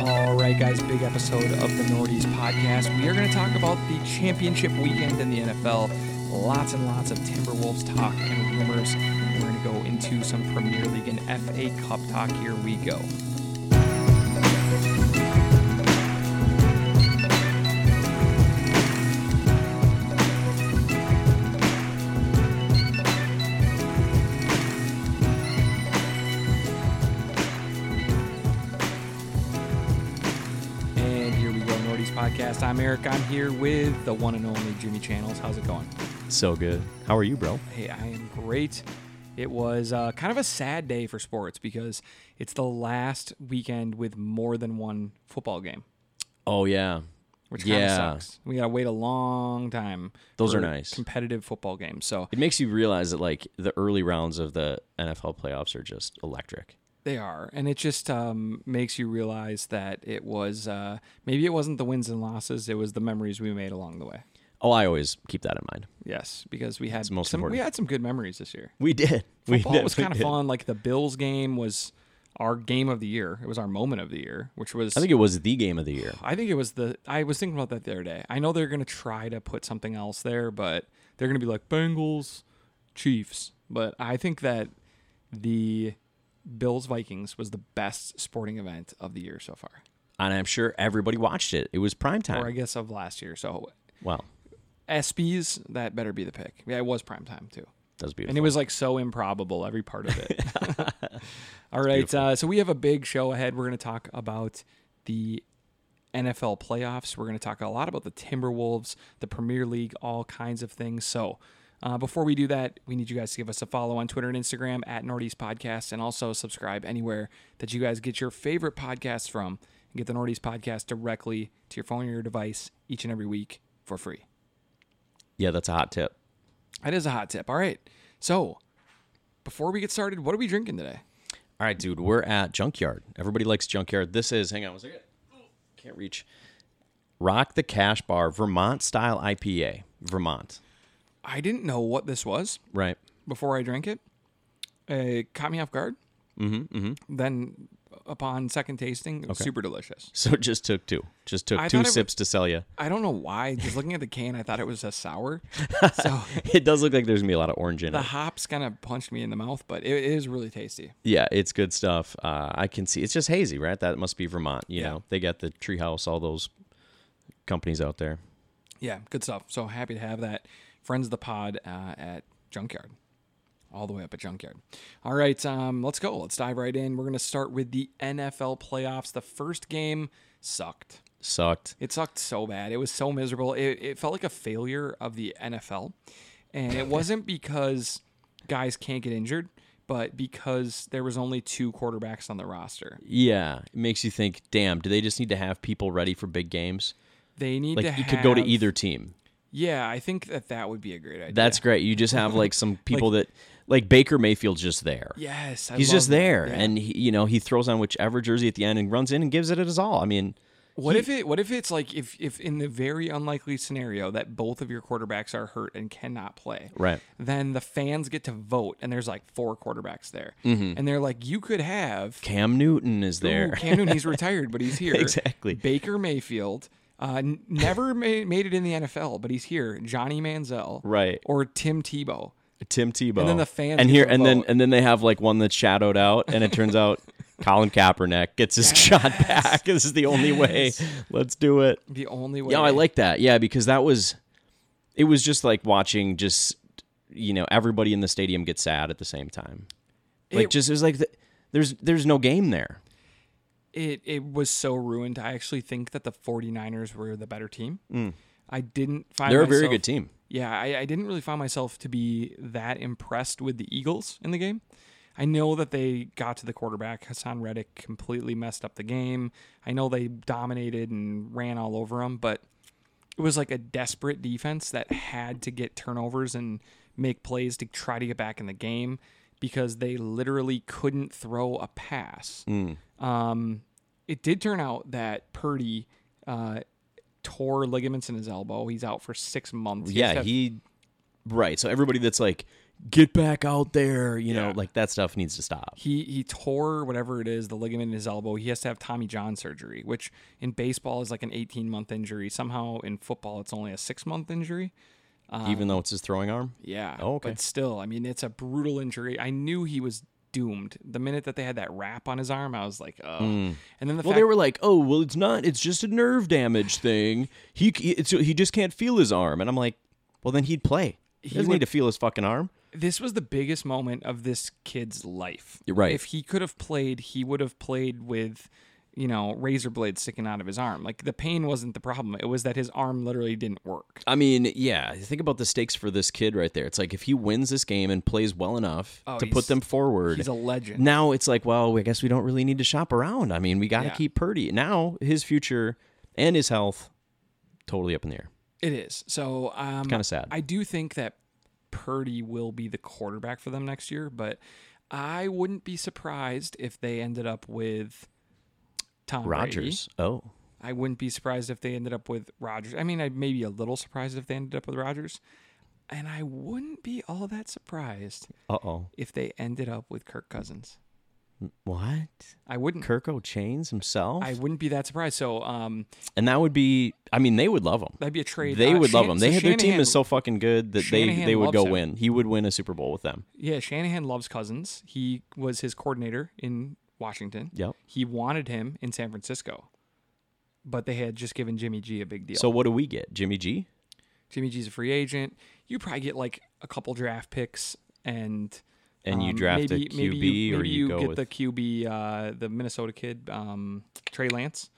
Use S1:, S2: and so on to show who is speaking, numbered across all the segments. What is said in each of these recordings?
S1: All right, guys, big episode of the Nordies podcast. We are going to talk about the championship weekend in the NFL. Lots and lots of Timberwolves talk and rumors. We're going to go into some Premier League and FA Cup talk. Here we go. And here we go, Nordies podcast. I'm Eric. I'm here with the one and only Jimmy Channels. How's it going?
S2: So good. How are you, bro?
S1: Hey, I am great. It was uh, kind of a sad day for sports because it's the last weekend with more than one football game,
S2: Oh yeah.
S1: which kind of
S2: Yeah.
S1: sucks. We gotta wait a long time.
S2: Those
S1: for
S2: are nice.
S1: competitive football games. So
S2: It makes you realize that like the early rounds of the NFL playoffs are just electric.
S1: they are, and it just um, makes you realize that it was uh, maybe it wasn't the wins and losses; it was the memories we made along the way.
S2: Oh, I always keep that in mind.
S1: Yes, because we had
S2: the most
S1: some, we
S2: important.
S1: had some good memories this year.
S2: We did. we
S1: Football was
S2: definitely
S1: kind of
S2: did.
S1: fun. Like the Bills game was our game of the year. It was our moment of the year, which was
S2: I think it was the game of the year.
S1: I think it was the. I was thinking about that the other day. I know they're going to try to put something else there, but they're going to be like Bengals, Chiefs. But I think that the Bills Vikings was the best sporting event of the year so far,
S2: And I'm sure everybody watched it. It was prime
S1: or I
S2: time.
S1: guess of last year. So
S2: Wow.
S1: ESPYS, that better be the pick. Yeah, it was prime time too.
S2: That was
S1: And
S2: beautiful.
S1: it was like so improbable, every part of it. All right. Uh, so we have a big show ahead. We're going to talk about the NFL playoffs. We're going to talk a lot about the Timberwolves, the Premier League, all kinds of things. So uh, before we do that, we need you guys to give us a follow on Twitter and Instagram at Nordies Podcast and also subscribe anywhere that you guys get your favorite podcasts from and get the Nordies Podcast directly to your phone or your device each and every week for free.
S2: yeah, that's a hot tip.
S1: That is a hot tip. All right. So, before we get started, what are we drinking today?
S2: All right, dude. We're at Junkyard. Everybody likes Junkyard. This is. Hang on one second. Can't reach. Rock the Cash Bar Vermont style IPA. Vermont.
S1: I didn't know what this was
S2: Right.
S1: before I drank it. It caught me off guard. Mm-hmm, Then, upon second tasting, it was super delicious.
S2: So it just took two. Just took
S1: I thought
S2: two
S1: it wa-
S2: sips to sell you.
S1: I don't know why. Just looking at the can, I thought it was a sour. So
S2: It does look like there's gonna be a lot of orange in
S1: the
S2: it.
S1: hops kind of punched me in the mouth, but it is really tasty.
S2: Yeah, it's good stuff. Uh, I can see it's just hazy, right? That must be Vermont. You
S1: Yeah.
S2: know, they got the Treehouse, all those companies out there.
S1: Yeah, good stuff. So happy to have that. Friends of the pod uh, at Junkyard, all the way up at Junkyard. All right, um, let's go. Let's dive right in. We're going to start with the NFL playoffs. The first game sucked.
S2: Sucked.
S1: It sucked so bad. It was so miserable. It, it felt like a failure of the NFL. And it wasn't because guys can't get injured, but because there was only two quarterbacks on the roster.
S2: Yeah, it makes you think. Damn, do they just need to have people ready for big games?
S1: They need
S2: Like
S1: to
S2: you could go to
S1: have-
S2: either team.
S1: Yeah, I think that that would be a great idea.
S2: That's great. You just have like some people that like Baker Mayfield's just there.
S1: yes. I
S2: He's
S1: love
S2: just
S1: that.
S2: there,
S1: Yeah.
S2: and he, you know he throws on whichever jersey at the end and runs in and gives it his all. I mean,
S1: What if it? What if it's like if if in the very unlikely scenario that both of your quarterbacks are hurt and cannot play,
S2: Right.
S1: Then the fans get to vote, and there's like four quarterbacks there, and they're like, you could have
S2: Mm-hmm. Cam Newton is
S1: Ooh,
S2: there.
S1: Cam Newton. He's retired, but he's here.
S2: Exactly.
S1: Baker Mayfield. Uh, n- never ma- made it in the NFL, but he's here. Johnny Manziel,
S2: Right.
S1: Or Tim Tebow.
S2: Tim Tebow,
S1: And then the fans
S2: and
S1: get
S2: here,
S1: to
S2: and then
S1: vote.
S2: and then they have like one that's shadowed out, and it turns out Colin Kaepernick gets his shot back. This is the only way. Let's do it.
S1: The only way.
S2: Yeah, I like that. Yeah, because that was, it was just like watching just you know everybody in the stadium get sad at the same time. Like
S1: It-
S2: just it was like the, there's there's no game there.
S1: it it was so ruined. I actually think that the 49ers were the better team. I didn't find
S2: Mm. They're a very
S1: myself-
S2: good team.
S1: Yeah, I, I didn't really find myself to be that impressed with the Eagles in the game. I know that they got to the quarterback. Hassan Reddick completely messed up the game. I know they dominated and ran all over him, but it was like a desperate defense that had to get turnovers and make plays to try to get back in the game because they literally couldn't throw a pass. Um, it did turn out that Purdy uh, tore ligaments in his elbow. He's out for six months. He has to
S2: yeah,
S1: have
S2: he Right. So everybody that's like, get back out there, you know,
S1: Yeah.
S2: like that stuff needs to stop.
S1: He he tore whatever it is, the ligament in his elbow. He has to have Tommy John surgery, which in baseball is like an 18 month injury. Somehow in football, it's only a six month injury. Uh,
S2: Even though it's his throwing arm.
S1: Yeah.
S2: Oh, okay.
S1: But still, I mean, it's a brutal injury. I knew he was doomed. The minute that they had that wrap on his arm, I was like, oh.
S2: Hmm.
S1: And then the
S2: Well,
S1: fact
S2: they were like, "Oh, well, it's not. It's just a nerve damage thing. He c- it's, he just can't feel his arm." And I'm like, "Well, then he'd play. He, doesn't
S1: would-
S2: need to feel his fucking arm."
S1: this was the biggest moment of this kid's life.
S2: You're right.
S1: If he could have played, he would have played with, you know, razor blades sticking out of his arm. Like the pain wasn't the problem. It was that his arm literally didn't work.
S2: I mean, yeah. Think about the stakes for this kid right there. It's like if he wins this game and plays well enough
S1: Oh,
S2: to
S1: he's-
S2: put them forward,
S1: He's a legend.
S2: now it's like, well, I guess we don't really need to shop around. I mean, we got to
S1: Yeah.
S2: keep Purdy. Now his future and his health totally up in the air.
S1: It is. So um,
S2: kinda sad.
S1: I do think that Purdy will be the quarterback for them next year, but I wouldn't be surprised if they ended up with Tom Brady.
S2: Rogers. Oh,
S1: I wouldn't be surprised if they ended up with Rodgers. I mean, I'd maybe a little surprised if they ended up with Rodgers, and I wouldn't be all that surprised
S2: uh oh.
S1: if they ended up with Kirk Cousins.
S2: What?
S1: I wouldn't.
S2: Kirko Chains himself,
S1: I wouldn't be that surprised. So um,
S2: and that would be. I mean, they would love him.
S1: that'd be a trade.
S2: They
S1: Uh,
S2: would love
S1: Shan-
S2: him.
S1: so
S2: They their team
S1: Shanahan-
S2: is so fucking good that they
S1: Shanahan
S2: they would
S1: loves
S2: go
S1: him.
S2: win. He would win a Super Bowl with them.
S1: Yeah, Shanahan loves Cousins. He was his coordinator in Washington.
S2: Yep.
S1: He wanted him in San Francisco, but they had just given Jimmy G a big deal.
S2: So what do we get? Jimmy G.
S1: Jimmy G's a free agent. You probably get like a couple draft picks and
S2: And you
S1: um,
S2: draft
S1: maybe,
S2: a QB,
S1: maybe you,
S2: or
S1: maybe
S2: you,
S1: you
S2: go
S1: get
S2: with
S1: the QB, uh, the Minnesota kid, um, Trey Lance,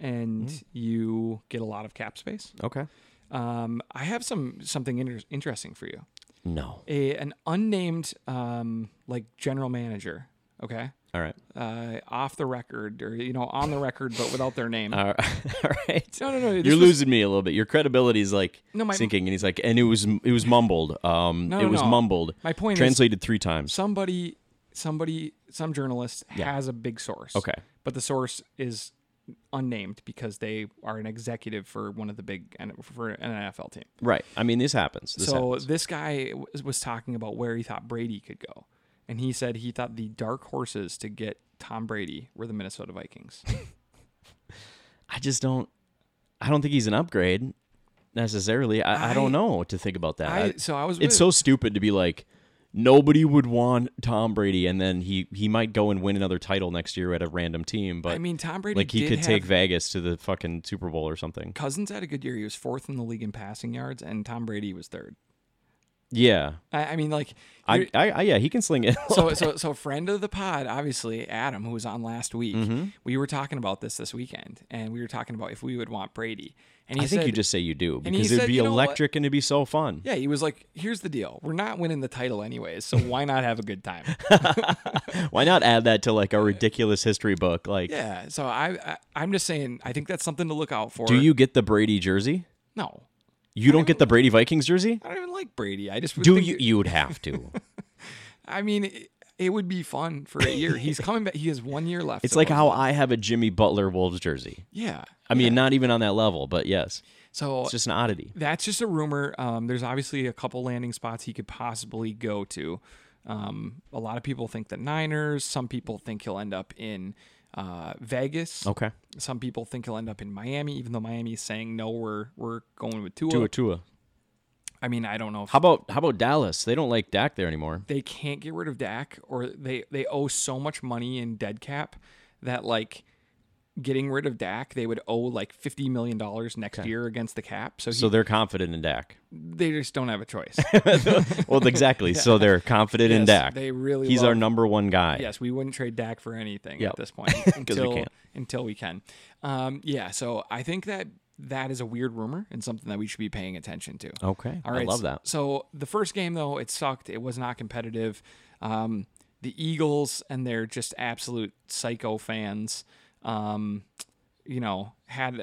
S1: and
S2: Hmm.
S1: you get a lot of cap space.
S2: okay.
S1: Um, I have some something inter- interesting for you.
S2: No.
S1: A an unnamed um, like general manager. Okay.
S2: All right.
S1: uh, off the record or you know on the record but without their name.
S2: All right. All right.
S1: no, no, no.
S2: Uh,
S1: Mm.
S2: You're
S1: this was-
S2: losing me a little bit. Your credibility is like
S1: No, my-
S2: sinking, and he's like, and it was it was mumbled. Um,
S1: No,
S2: it
S1: no,
S2: was
S1: no.
S2: mumbled.
S1: My point is-
S2: translated three times.
S1: Somebody, somebody, some journalist has a big source.
S2: Okay.
S1: but the source is unnamed because they are an executive for one of the big N- for an NFL team.
S2: Right. I mean, this happens. This
S1: so
S2: happens.
S1: this guy w- was talking about where he thought Brady could go, and he said he thought the dark horses to get Tom Brady were the Minnesota Vikings.
S2: Uh, I just don't. I don't think he's an upgrade necessarily. I, I, don't
S1: I-
S2: know what to think about that.
S1: I, so I was.
S2: it's
S1: with-
S2: so stupid to be like nobody would want Tom Brady, and then he he might go and win another title next year at a random team. But
S1: I mean, Tom Brady.
S2: like he
S1: did
S2: could
S1: have-
S2: take Vegas to the fucking Super Bowl or something.
S1: Cousins had a good year. He was fourth in the league in passing yards, and Tom Brady was third.
S2: Yeah,
S1: I, I mean, like,
S2: I,
S1: you're-
S2: I, I yeah he can sling it.
S1: so so so friend of the pod, obviously Adam, who was on last week.
S2: Mm-hmm.
S1: We were talking about this this weekend, and we were talking about if we would want Brady. And he
S2: I think
S1: said,
S2: you just say you do
S1: he
S2: because it'd
S1: said,
S2: be
S1: "You know what?"
S2: electric and it'd be so fun.
S1: yeah, he was like, "Here's the deal: we're not winning the title anyways, so why not have a good time?"
S2: Why not add that to like a ridiculous history book? Like,
S1: yeah. So I, I I'm just saying, I think that's something to look out for.
S2: do you get the Brady jersey?
S1: No,
S2: You don't get the Brady Vikings jersey?
S1: I don't even like Brady. I just would
S2: Do
S1: think-
S2: you? You would have to.
S1: I mean. It, it would be fun for a year. He's coming back. He has one year left.
S2: It's like how I have a Jimmy Butler Wolves jersey.
S1: Yeah.
S2: I mean, not even on that level, but yes,
S1: So
S2: it's just an oddity.
S1: that's just a rumor. Um, there's obviously a couple landing spots he could possibly go to. Um, a lot of people think the Niners. Some people think he'll end up in uh, Vegas.
S2: Okay.
S1: Some people think he'll end up in Miami, even though Miami is saying no, we're we're going with Tua.
S2: Tua Tua.
S1: I mean, I don't know if
S2: How about how about Dallas? They don't like Dak there anymore.
S1: they can't get rid of Dak, or they they owe so much money in dead cap that like getting rid of Dak, they would owe like fifty million dollars next year against the cap. So, he,
S2: So they're confident in Dak.
S1: they just don't have a choice.
S2: Well, exactly. So they're confident in
S1: Yes,
S2: Dak.
S1: they really
S2: He's our
S1: love-
S2: number one guy.
S1: Yes, we wouldn't trade Dak for anything
S2: Yep.
S1: at this point
S2: 'Cause we
S1: until
S2: can't.
S1: until we can. Um, yeah, so I think that that is a weird rumor and something that we should be paying attention to.
S2: Okay. Oh, I love
S1: so-
S2: that.
S1: So the first game though, it sucked. It was not competitive. Um, the Eagles and their just absolute psycho fans, um, you know, had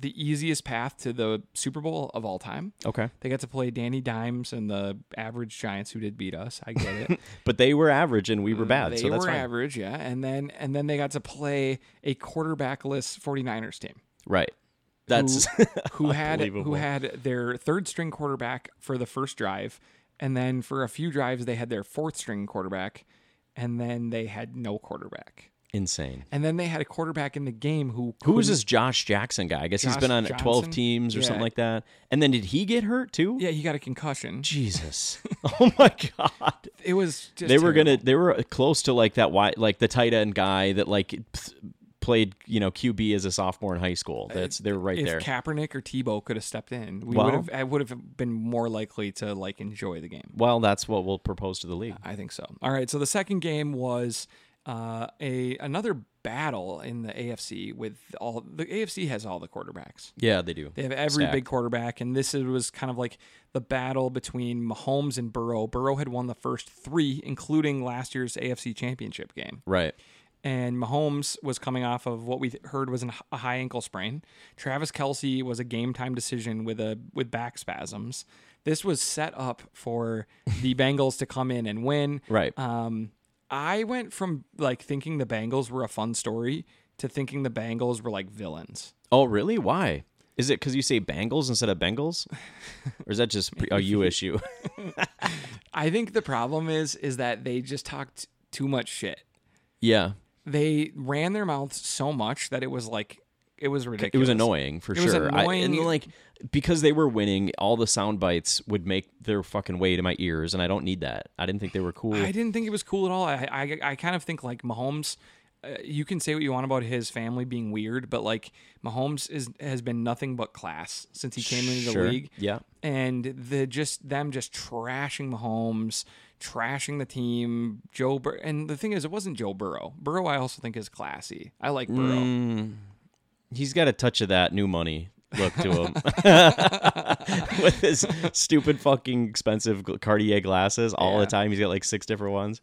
S1: the easiest path to the Super Bowl of all time.
S2: Okay.
S1: They got to play Danny Dimes and the average Giants who did beat us. I get it.
S2: But they were average and we were bad.
S1: They
S2: so that's
S1: were
S2: fine.
S1: average, yeah. And then and then they got to play a quarterbackless 49ers team.
S2: Right. That's
S1: who had who
S2: Unbelievable.
S1: had their third string quarterback for the first drive, and then for a few drives they had their fourth string quarterback, and then they had no quarterback,
S2: insane.
S1: and then they had a quarterback in the game who
S2: Who was
S1: couldn't-
S2: this Josh Jackson guy? I guess
S1: Josh
S2: he's been on
S1: Johnson?
S2: 12 teams or
S1: Yeah.
S2: something like that. And then did he get hurt too?
S1: Yeah, he got a concussion.
S2: Jesus. Oh my god.
S1: It was just
S2: They were
S1: terrible.
S2: going to they were uh, close to like that wide like the tight end guy that like p- played, you know, QB as a sophomore in high school. That's they're right
S1: Uh, if
S2: there.
S1: Kaepernick or Tebow could have stepped in, we
S2: Well-
S1: would have. I would have been more likely to like enjoy the game.
S2: well, that's what we'll propose to the league.
S1: I think so. All right. So the second game was uh, a another battle in the AFC with all the AFC has all the quarterbacks.
S2: Yeah, they do.
S1: They have every
S2: Stacked.
S1: big quarterback, and this is, was kind of like the battle between Mahomes and Burrow. Burrow had won the first three, including last year's AFC Championship game.
S2: Right.
S1: and Mahomes was coming off of what we heard was an, a high ankle sprain. Travis Kelsey was a game time decision with a with back spasms. This was set up for the Bengals to come in and win.
S2: Right.
S1: Um, I went from like thinking the Bengals were a fun story to thinking the Bengals were like villains.
S2: oh, really? Why? Is it cuz you say Bengals instead of Bengals? or is that just pre- a you issue?
S1: I think the problem is is that they just talked too much shit.
S2: yeah.
S1: They ran their mouths so much that it was like it was ridiculous.
S2: It was annoying for
S1: It was
S2: sure. I, and
S1: annoying.
S2: like because they were winning, all the sound bites would make their fucking way to my ears, and I don't need that. I didn't think they were cool.
S1: I didn't think it was cool at all. I I, I kind of think like Mahomes. Uh, you can say what you want about his family being weird, but like Mahomes is has been nothing but class since he came into the
S2: Sure.
S1: league.
S2: Yeah.
S1: and the just them just trashing Mahomes, trashing the team. Joe Bur- and the thing is, it wasn't Joe Burrow. Burrow, I also think is classy. I like Burrow.
S2: He's got a touch of that new money look to him with his stupid fucking expensive gl- Cartier glasses all
S1: Yeah.
S2: the time. He's got like six different ones.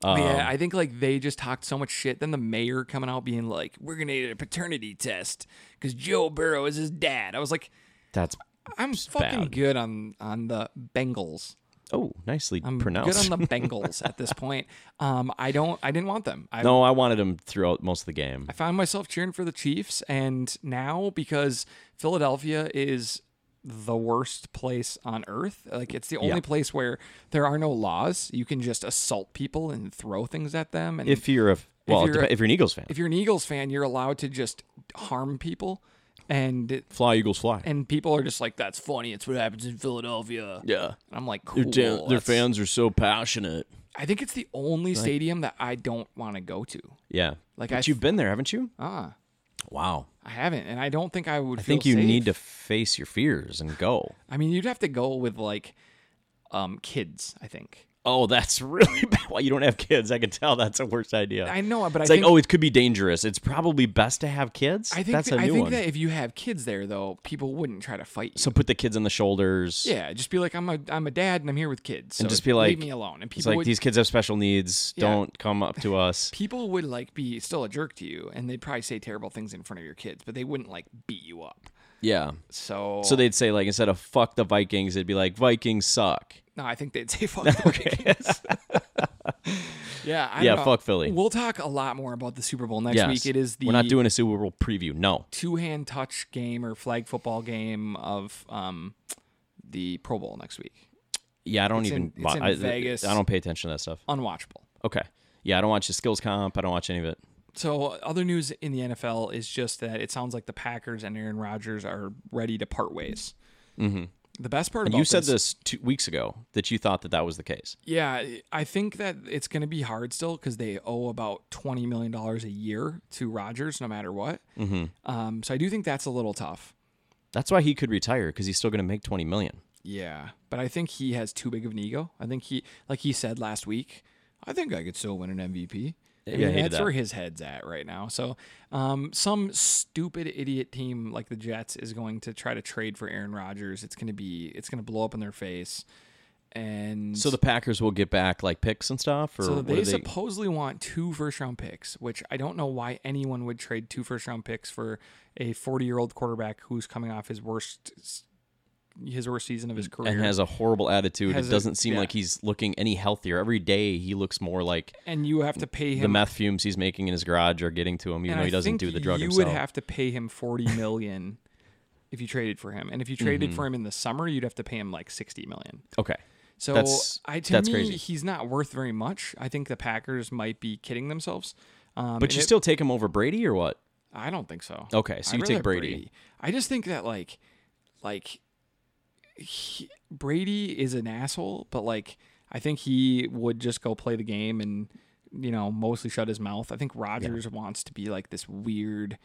S1: But yeah, I think like they just talked so much shit. Then the mayor coming out being like, "We're gonna need a paternity test because Joe Burrow is his dad." I was like.
S2: That's
S1: I'm fucking
S2: bad.
S1: good on on the Bengals.
S2: oh nicely
S1: I'm
S2: pronounced.
S1: good on the Bengals at this point. Um, I don't. I didn't want them. I,
S2: no, I wanted him throughout most of the game.
S1: I found myself cheering for the Chiefs, and now because Philadelphia is the worst place on earth, like it's the only
S2: Yeah.
S1: place where there are no laws. You can just assault people and throw things at them. And if,
S2: If you're a well, if
S1: you're
S2: you're,
S1: a-
S2: if you're an Eagles fan,
S1: you're an Eagles fan, you're allowed to just harm people, and
S2: fly Eagles fly.
S1: and people are just like, "That's funny. It's what happens in Phieladelphia."
S2: yeah,
S1: And I'm like, cool. that's-
S2: are so passionate.
S1: I think it's the only stadium that I don't want to go to.
S2: Yeah.
S1: Like,
S2: Like
S1: I
S2: but
S1: f-
S2: you've been there, haven't you?
S1: Ah,
S2: Wow.
S1: I haven't, and I don't think I would.
S2: I think you need to face your fears and go.
S1: I mean, you'd have to go with like, um, kids. I think.
S2: Oh, that's really bad. Well, you don't have kids. I can tell that's a worse idea.
S1: I know, but
S2: it's
S1: I
S2: like,
S1: think.
S2: oh, it could be dangerous. It's probably best to have kids.
S1: I think
S2: that's a
S1: that- I
S2: new
S1: think
S2: one.
S1: that if you have kids there, though, people wouldn't try to fight you.
S2: so put the kids on the shoulders.
S1: yeah, just be like, I'm a I'm a dad and I'm here with kids. So
S2: And just be like,
S1: leave me alone. And
S2: It's
S1: people
S2: like
S1: would,
S2: these kids have special needs.
S1: Yeah.
S2: Don't come up to us.
S1: people would like be still a jerk to you, and they'd probably say terrible things in front of your kids, but they wouldn't like beat you up.
S2: yeah.
S1: So,
S2: So they'd say like instead of fuck the Vikings, it'd be like Vikings suck.
S1: No, I think they'd say fuck the Vikings. yeah, I
S2: Yeah,
S1: don't know.
S2: fuck Philly.
S1: We'll talk a lot more about the Super Bowl next
S2: Yes.
S1: week. It is the
S2: We're not doing a Super Bowl preview. No.
S1: two-hand touch game or flag football game of um, the Pro Bowl next week.
S2: Yeah, I don't
S1: It's in- it's
S2: even. wa-
S1: in
S2: I,
S1: Vegas.
S2: I don't pay attention to that stuff.
S1: Unwatchable.
S2: Okay. Yeah, I don't watch the skills comp. I don't watch any of it.
S1: So, uh, other news in the NFL is just that it sounds like the Packers and Aaron Rodgers are ready to part ways. Mm-hmm. The best part about
S2: You said this two weeks ago that you thought that that was the case.
S1: Yeah, I think that it's going to be hard still because they owe about twenty million dollars a year to Rogers, no matter what. Mm-hmm. Um, so I do think that's a little tough.
S2: That's why he could retire because he's still going to make twenty million.
S1: Yeah, but I think he has too big of an ego. I think he, like he said last week, I think I could still win an MVP. I
S2: Yeah,
S1: mean,
S2: I hated
S1: that's
S2: that.
S1: where his head's at right now. So, um, some stupid idiot team like the Jets is going to try to trade for Aaron Rodgers. It's going to be, it's going to blow up in their face. And
S2: So the Packers will get back like picks and stuff, or
S1: So
S2: what do
S1: they,
S2: they?
S1: supposedly want two first round picks, which I don't know why anyone would trade two first round picks for a 40 year old quarterback who's coming off his worst his worst season of his career.
S2: and
S1: And,
S2: has a horrible attitude.
S1: Has
S2: It
S1: a-
S2: doesn't seem
S1: yeah.
S2: like he's looking any healthier. Every day he looks more like
S1: you have to pay
S2: the
S1: him
S2: meth fumes he's making in his garage are getting to him, even
S1: and
S2: though
S1: I
S2: he doesn't
S1: think
S2: do the drug
S1: you
S2: himself.
S1: would have to pay him 40 million if you traded for him, and if you
S2: Mm-hmm.
S1: traded for him in the summer, you'd have to pay him like sixty million.
S2: Okay.
S1: So
S2: That's-
S1: I to
S2: that's
S1: me,
S2: crazy.
S1: he's not worth very much. I think the Packers might be kidding themselves. Um,
S2: But
S1: and
S2: you
S1: it-
S2: still take him over Brady or what?
S1: I don't think so.
S2: Okay, so
S1: I'd
S2: you take
S1: rather
S2: Brady.
S1: I just think that like, like, he, Brady is an asshole, but like, I think he would just go play the game and you know mostly shut his mouth. I think Rogers wants to be like this weird,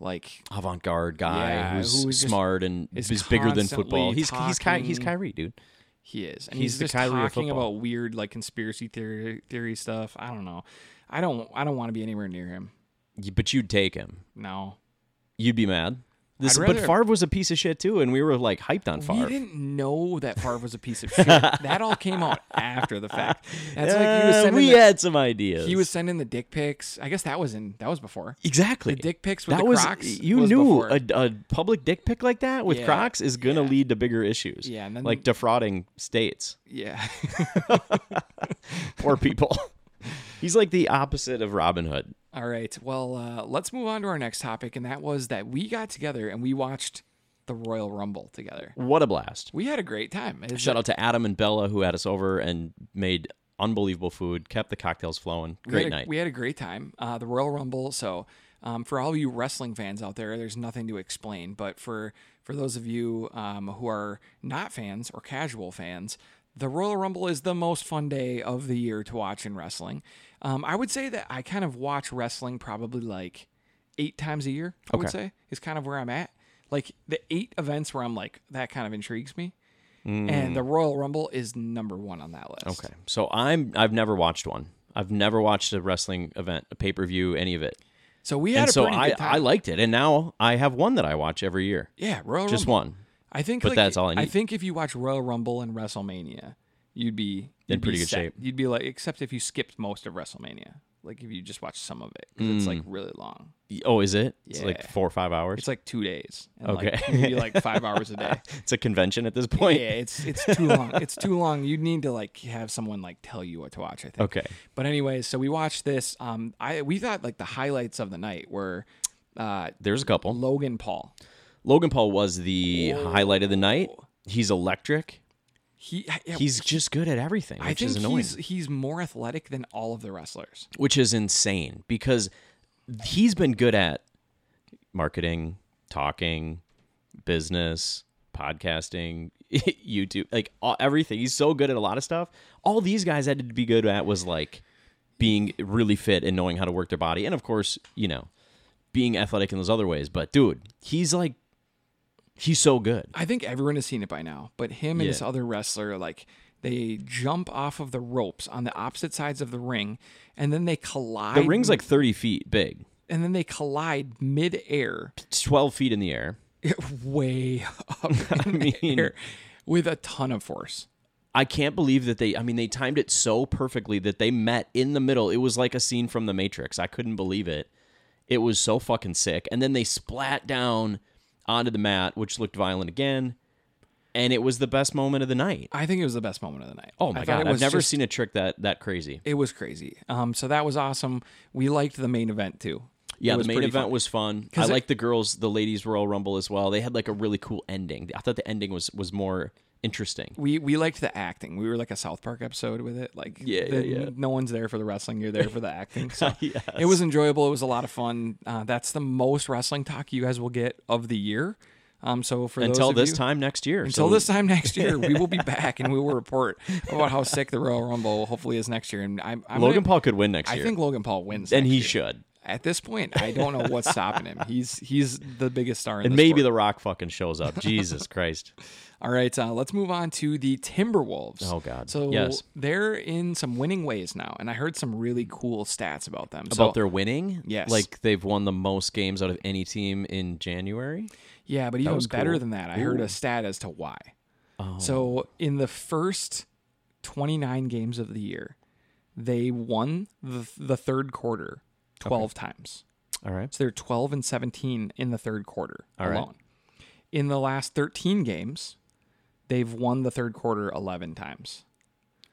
S1: like
S2: Avant garde guy
S1: Yeah,
S2: who's
S1: who just
S2: smart and
S1: is
S2: is, bigger than
S1: constantly
S2: football. He's he's Ky- he's
S1: talking.
S2: Kyrie, dude.
S1: he is, and
S2: He's
S1: he's,
S2: the
S1: just
S2: Kyrie of
S1: talking
S2: football.
S1: about weird like conspiracy theory theory stuff. I don't know. I don't. I don't want to be anywhere near him.
S2: Y- But you'd take him.
S1: No,
S2: You'd be mad. This,
S1: I'd
S2: but
S1: rather-
S2: Favre was a piece of shit too, and we were like hyped on
S1: We
S2: Favre.
S1: didn't know that Favre was a piece of shit. that all came out after the fact. That's like he was
S2: Uh,
S1: sending.
S2: we
S1: the,
S2: had some ideas.
S1: he was sending the dick pics. I guess that was in that was before
S2: exactly
S1: the dick pics with
S2: that
S1: the
S2: was
S1: Crocs
S2: you
S1: was
S2: knew
S1: before.
S2: a, a public dick pic like that with
S1: Yeah,
S2: Crocs is gonna
S1: yeah.
S2: lead to bigger issues.
S1: Yeah, and then-
S2: like defrauding states,
S1: yeah.
S2: poor people. He's like the opposite of Robin Hood.
S1: all right. Well, uh, let's move on to our next topic, and that was that we got together and we watched the Royal Rumble together.
S2: What a blast!
S1: We had a great time. It's-
S2: Shout out to Adam and Bella who had us over and made unbelievable food, kept the cocktails flowing.
S1: we had
S2: Great
S1: a-
S2: night.
S1: We had a great time. Uh, the Royal Rumble. So, um, for all you wrestling fans out there, there's nothing to explain. But for for those of you um, who are not fans or casual fans, the Royal Rumble is the most fun day of the year to watch in wrestling. Um, I would say that I kind of watch wrestling probably like eight times a year. I would say is kind of where I'm at. Like the eight events where I'm like that kind of intrigues me. And the Royal Rumble is number one on that list.
S2: Mm. okay, so I'm I've never watched one. I've never watched a wrestling event, a pay per view, any of it.
S1: So we had
S2: And
S1: a
S2: so
S1: pretty
S2: I,
S1: good time.
S2: I liked it, and now I have one that I watch every year.
S1: yeah, Royal
S2: Just
S1: Rumble.
S2: one.
S1: I think,
S2: But
S1: like,
S2: that's all I need.
S1: think if you watch Royal Rumble and WrestleMania, you'd be
S2: In
S1: you'd be
S2: pretty good
S1: set.
S2: shape.
S1: You'd be like, except if you skipped most of WrestleMania, like if you just watched some of it, 'cause it's
S2: Mm.
S1: like really long.
S2: Oh, is it? It's
S1: Yeah.
S2: like four or five hours.
S1: It's like two days. And like,
S2: Okay.
S1: maybe like five hours a day.
S2: It's a convention at this
S1: Yeah,
S2: point.
S1: it's it's too long. It's too long. You need to like have someone like tell you what to watch. I think.
S2: Okay.
S1: But anyways, so we watched this. Um, I we thought like the highlights of the night were, uh,
S2: There's a couple.
S1: Logan Paul.
S2: Logan Paul was the highlight of the night. He's electric.
S1: He yeah,
S2: He's just good at everything,
S1: I
S2: which
S1: think
S2: is annoying.
S1: he's he's more athletic than all of the wrestlers.
S2: Which is insane because he's been good at marketing, talking, business, podcasting, YouTube, like all, everything. He's so good at a lot of stuff. All these guys had to be good at was like being really fit and knowing how to work their body. And of course, you know, being athletic in those other ways. But dude, he's like, he's so good.
S1: I think everyone has seen it by now, but him and this
S2: Yeah.
S1: other wrestler, like they jump off of the ropes on the opposite sides of the ring, and then they collide.
S2: The ring's like 30 feet big,
S1: and then they collide midair,
S2: 12 feet in the air.
S1: way up in the
S2: mean-
S1: air, with a ton of force.
S2: I can't believe that they. I mean, they timed it so perfectly that they met in the middle. It was like a scene from The Matrix. I couldn't believe it. It was so fucking sick. And then they splat down onto the mat, which looked violent again. And it was the best moment of the night.
S1: I think it was the best moment of the night.
S2: Oh
S1: I
S2: my
S1: thought
S2: god!
S1: it
S2: I've
S1: was
S2: never
S1: just-
S2: seen a trick that that crazy.
S1: It was crazy. Um, so that was awesome. We liked the main event too.
S2: Yeah,
S1: It
S2: the
S1: was
S2: main
S1: pretty
S2: event
S1: fun.
S2: was fun. I
S1: it-
S2: like the girls, the ladies Royal Rumble as well. They had like a really cool ending. I thought the ending was was more interesting.
S1: we we liked the acting. We were like a South Park episode with it. Like
S2: Yeah,
S1: the-
S2: yeah, yeah.
S1: No one's there for the wrestling. You're there for the acting. So it was enjoyable. It was a lot of fun. Uh, that's the most wrestling talk you guys will get of the year. Um, so for those
S2: Until
S1: of
S2: this
S1: you-
S2: time next year.
S1: Until
S2: So-
S1: this time next year, we will be back and we will report about how sick the Royal Rumble hopefully is next year. And I'm, I'm
S2: Logan
S1: gonna-
S2: Paul could win next
S1: I
S2: year,
S1: think Logan Paul wins,
S2: and
S1: next
S2: he
S1: year.
S2: should.
S1: At this point, I don't know what's stopping him. He's he's the biggest star in
S2: And
S1: the
S2: maybe The Rock fucking shows up. Jesus Christ.
S1: All right, uh, let's move on to the Timberwolves.
S2: Oh, God.
S1: So
S2: Yes.
S1: they're in some winning ways now, and I heard some really cool stats about them. so,
S2: About their winning?
S1: Yes.
S2: Like they've won the most games out of any team in January?
S1: yeah, but even
S2: was
S1: better
S2: cool.
S1: than that, I heard a stat as to why. Oh. So in the first 29 games of the year, they won the, the third quarter 12 times.
S2: All right.
S1: So they're 12 and 17 in the third quarter
S2: All right.
S1: alone. In the last 13 games, they've won the third quarter 11 times.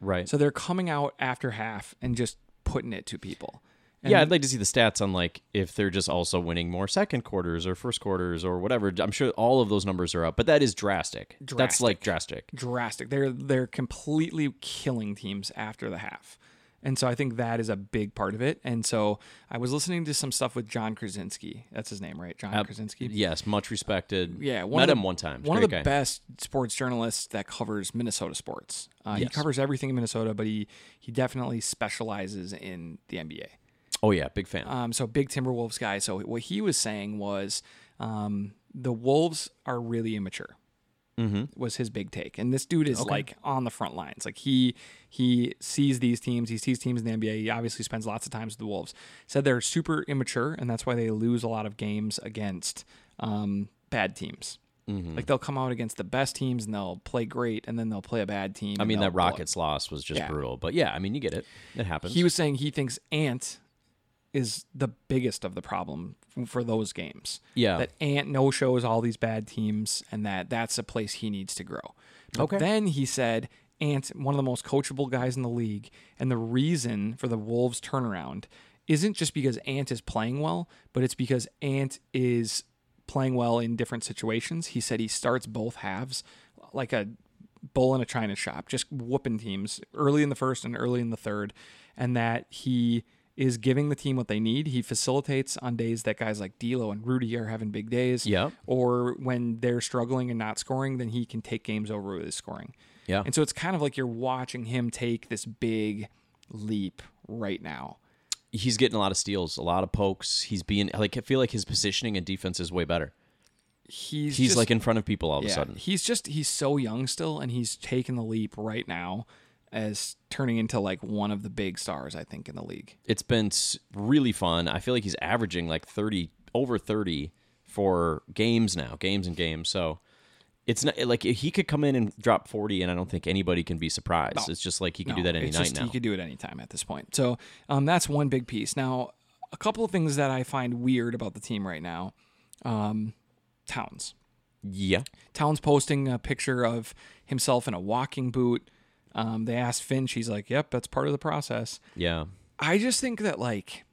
S2: Right.
S1: So they're coming out after half and just putting it to people. And-
S2: yeah, I'd like to see the stats on like if they're just also winning more second quarters or first quarters or whatever. I'm sure all of those numbers are up, but that is drastic. That's like drastic.
S1: drastic. They're they're completely killing teams after the half. And so I think that is a big part of it. And so I was listening to some stuff with John Krasinski. That's his name, right? John Krasinski.
S2: Yes, much respected.
S1: Yeah,
S2: one
S1: one
S2: met
S1: of the-
S2: him one time.
S1: One
S2: Great
S1: of the
S2: guy.
S1: best sports journalists that covers Minnesota sports. Uh, He
S2: Yes.
S1: covers everything in Minnesota, but he he definitely specializes in the NBA.
S2: Oh yeah, big fan.
S1: Um, so big Timberwolves guy. So what he was saying was um, the Wolves are really immature. Mm-hmm. Was his big take, and this dude is like on the front lines. Like he he sees these teams, he sees teams in the NBA. He obviously spends lots of times with the Wolves. Said they're super immature, and that's why they lose a lot of games against um, bad teams.
S2: Mm-hmm.
S1: Like they'll come out against the best teams and they'll play great, and then they'll play a bad team.
S2: I mean that Rockets loss was just
S1: Yeah.
S2: brutal, but yeah, I mean you get it. It happens.
S1: He was saying he thinks Ant is the biggest of the problem f- for those games.
S2: Yeah.
S1: That Ant no shows all these bad teams and that that's a place he needs to grow. But
S2: Okay.
S1: then he said Ant, one of the most coachable guys in the league, and the reason for the Wolves turnaround isn't just because Ant is playing well, but it's because Ant is playing well in different situations. He said he starts both halves like a bowl in a china shop, just whooping teams early in the first and early in the third, and that he is giving the team what they need. He facilitates on days that guys like D'Lo and Rudy are having big days.
S2: Yep.
S1: Or when they're struggling and not scoring, then he can take games over with his scoring.
S2: Yeah.
S1: And so it's kind of like you're watching him take this big leap right now.
S2: he's getting a lot of steals, a lot of pokes. He's being like I feel like his positioning and defense is way better.
S1: He's
S2: He's
S1: just-
S2: like in front of people all of a
S1: Yeah.
S2: sudden.
S1: He's just he's so young still, and he's taking the leap right now as turning into like one of the big stars I think in the league.
S2: It's been s- really fun. I feel like he's averaging like 30 over 30 for games now, games and games. So it's not like he could come in and drop 40 and I don't think anybody can be surprised. It's just like he can do
S1: No,
S2: that any
S1: it's
S2: night
S1: just
S2: now.
S1: You could do it anytime at this point. So um, that's one big piece. Now, a couple of things that I find weird about the team right now. Um, Towns.
S2: Yeah.
S1: Towns posting a picture of himself in a walking boot. Um, they asked Finch. He's like, "Yep, that's part of the process."
S2: Yeah.
S1: I just think that like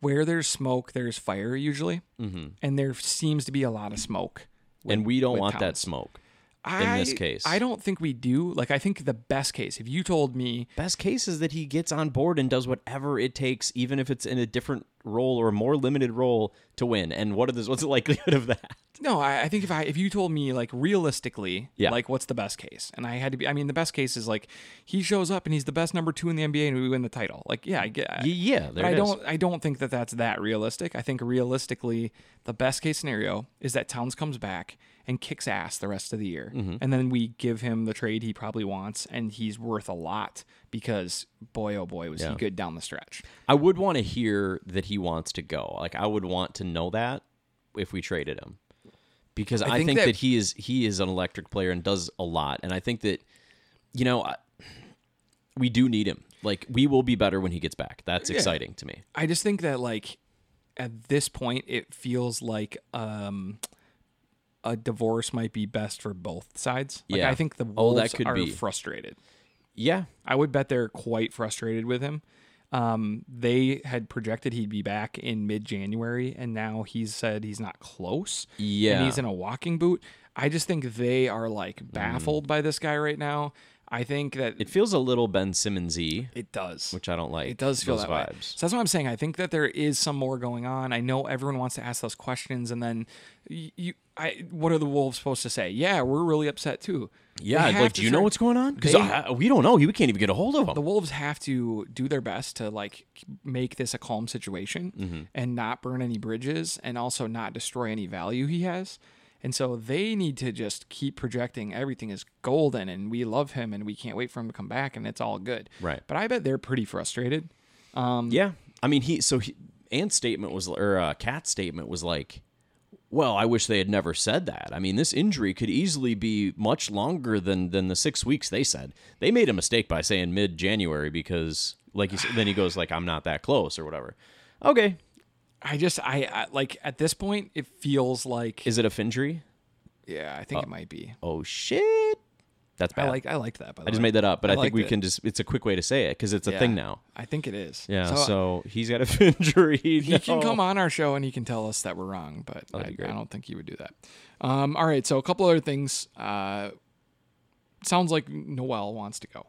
S1: where there's smoke, there's fire usually, mm-hmm. and there seems to be a lot of smoke.
S2: and we don't want that
S1: Towns.
S2: smoke.
S1: I,
S2: this case.
S1: I don't think we do. Like, I think the best case, if you told me
S2: Best case is that he gets on board and does whatever it takes, even if it's in a different role or a more limited role to win. And what are this, what's the likelihood of that?
S1: No, I, I think if I if you told me like realistically,
S2: Yeah.
S1: like what's the best case, and I had to be, I mean, the best case is like he shows up and he's the best number two in the NBA and we win the title. Like, yeah, I get.
S2: Y- yeah, there
S1: but I
S2: it is.
S1: don't. I don't think that that's that realistic. I think realistically, the best case scenario is that Towns comes back and kicks ass the rest of the year,
S2: Mm-hmm.
S1: and then we give him the trade he probably wants, and he's worth a lot because boy, oh boy, was he good down the stretch.
S2: I would want to hear that he wants to go. Like I would want to know that if we traded him. Because I, think,
S1: think
S2: that,
S1: that-
S2: he is he is an electric player and does a lot. And I think that you know, I, we do need him. Like we will be better when he gets back. That's exciting to me.
S1: I just think that like at this point it feels like um a divorce might be best for both sides. Like
S2: Yeah.
S1: I think the
S2: Oh,
S1: wolves
S2: that could
S1: are
S2: be.
S1: frustrated.
S2: Yeah.
S1: I would bet they're quite frustrated with him. Um, they had projected he'd be back in mid-January, and now he's said he's not close.
S2: Yeah. Mm.
S1: and he's in a walking boot. I just think they are like baffled by this guy right now. I think that
S2: It feels a little Ben Simmonsy,
S1: it does.
S2: which I don't like.
S1: It does feel
S2: those
S1: that way.
S2: vibes.
S1: So that's what I'm saying. I think that there is some more going on. I know everyone wants to ask those questions, and then y- you, I, what are the wolves supposed to say? Yeah, we're really upset too. They
S2: Yeah,
S1: have
S2: like
S1: to
S2: do you know
S1: start-
S2: what's going on? Because
S1: They-
S2: we don't know. We can't even get a hold of him.
S1: The wolves have to do their best to like make this a calm situation
S2: Mm-hmm.
S1: and not burn any bridges, and also not destroy any value he has. And so they need to just keep projecting everything is golden, and we love him, and we can't wait for him to come back, and it's all good.
S2: Right.
S1: But I bet they're pretty frustrated.
S2: Yeah, I mean, he so he, Ant's statement was or uh, Cat's statement was like, "Well, I wish they had never said that. I mean, this injury could easily be much longer than than the six weeks they said. They made a mistake by saying mid January because, like, he, s- then he goes like, "I'm not that close" or whatever. Okay,
S1: I just I, I like at this point it feels like
S2: is it a Findry?
S1: yeah I think it might be
S2: Oh shit! That's bad.
S1: I like I liked that. By the
S2: I just
S1: way.
S2: made that up, but
S1: I
S2: I, think
S1: liked
S2: we
S1: it.
S2: can just it's a quick way to say it because it's a
S1: Yeah.
S2: thing now.
S1: I think it is.
S2: Yeah. So,
S1: So,
S2: he's got a injury.
S1: he can come on our show and he can tell us that we're wrong, but I,
S2: That'd be great.
S1: I don't think he would do that. Um, all right. So a couple other things. Uh, sounds like Noel wants to go.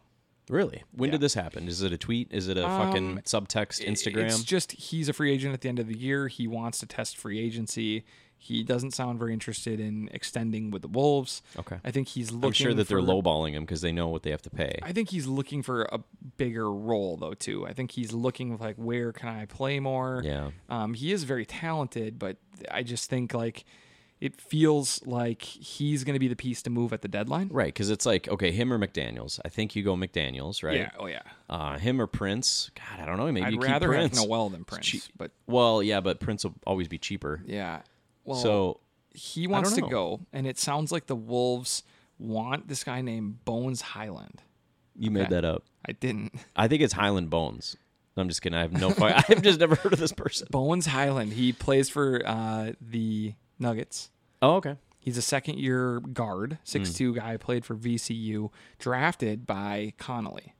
S2: Really? When
S1: Yeah. Um,
S2: did this happen? Is it a tweet? Is it a fucking subtext
S1: It's
S2: Instagram?
S1: just he's a free agent at the end of the year. He wants to test free agency. He doesn't sound very interested in extending with the Wolves.
S2: Okay.
S1: I think he's looking.
S2: I'm sure that
S1: for,
S2: they're lowballing him because they know what they have to pay.
S1: I think he's looking for a bigger role though too. I think he's looking like where can I play more?
S2: Yeah.
S1: Um, he is very talented, but I just think like it feels like he's going to be the piece to move at the deadline.
S2: Right, because it's like okay, him or McDaniel's. I think you go McDaniel's, right?
S1: Yeah. Oh yeah.
S2: Uh, him or Prince. God, I don't know. Maybe you
S1: I'd
S2: keep
S1: rather have
S2: Prince.
S1: Noel than Prince, but
S2: Well, yeah, but Prince will always be cheaper.
S1: yeah. Well,
S2: so
S1: he wants
S2: don't
S1: to
S2: know.
S1: go, and it sounds like the Wolves want this guy named Bones Highland.
S2: you made
S1: okay.
S2: that up.
S1: I didn't.
S2: I think it's Highland Bones. I'm just kidding. I have no. fu- I've just never heard of this person.
S1: Bones Highland. He plays for uh, the Nuggets.
S2: Oh, okay.
S1: He's a second year
S2: Hmm.
S1: guard, six-two guy, played for VCU, drafted by Connolly.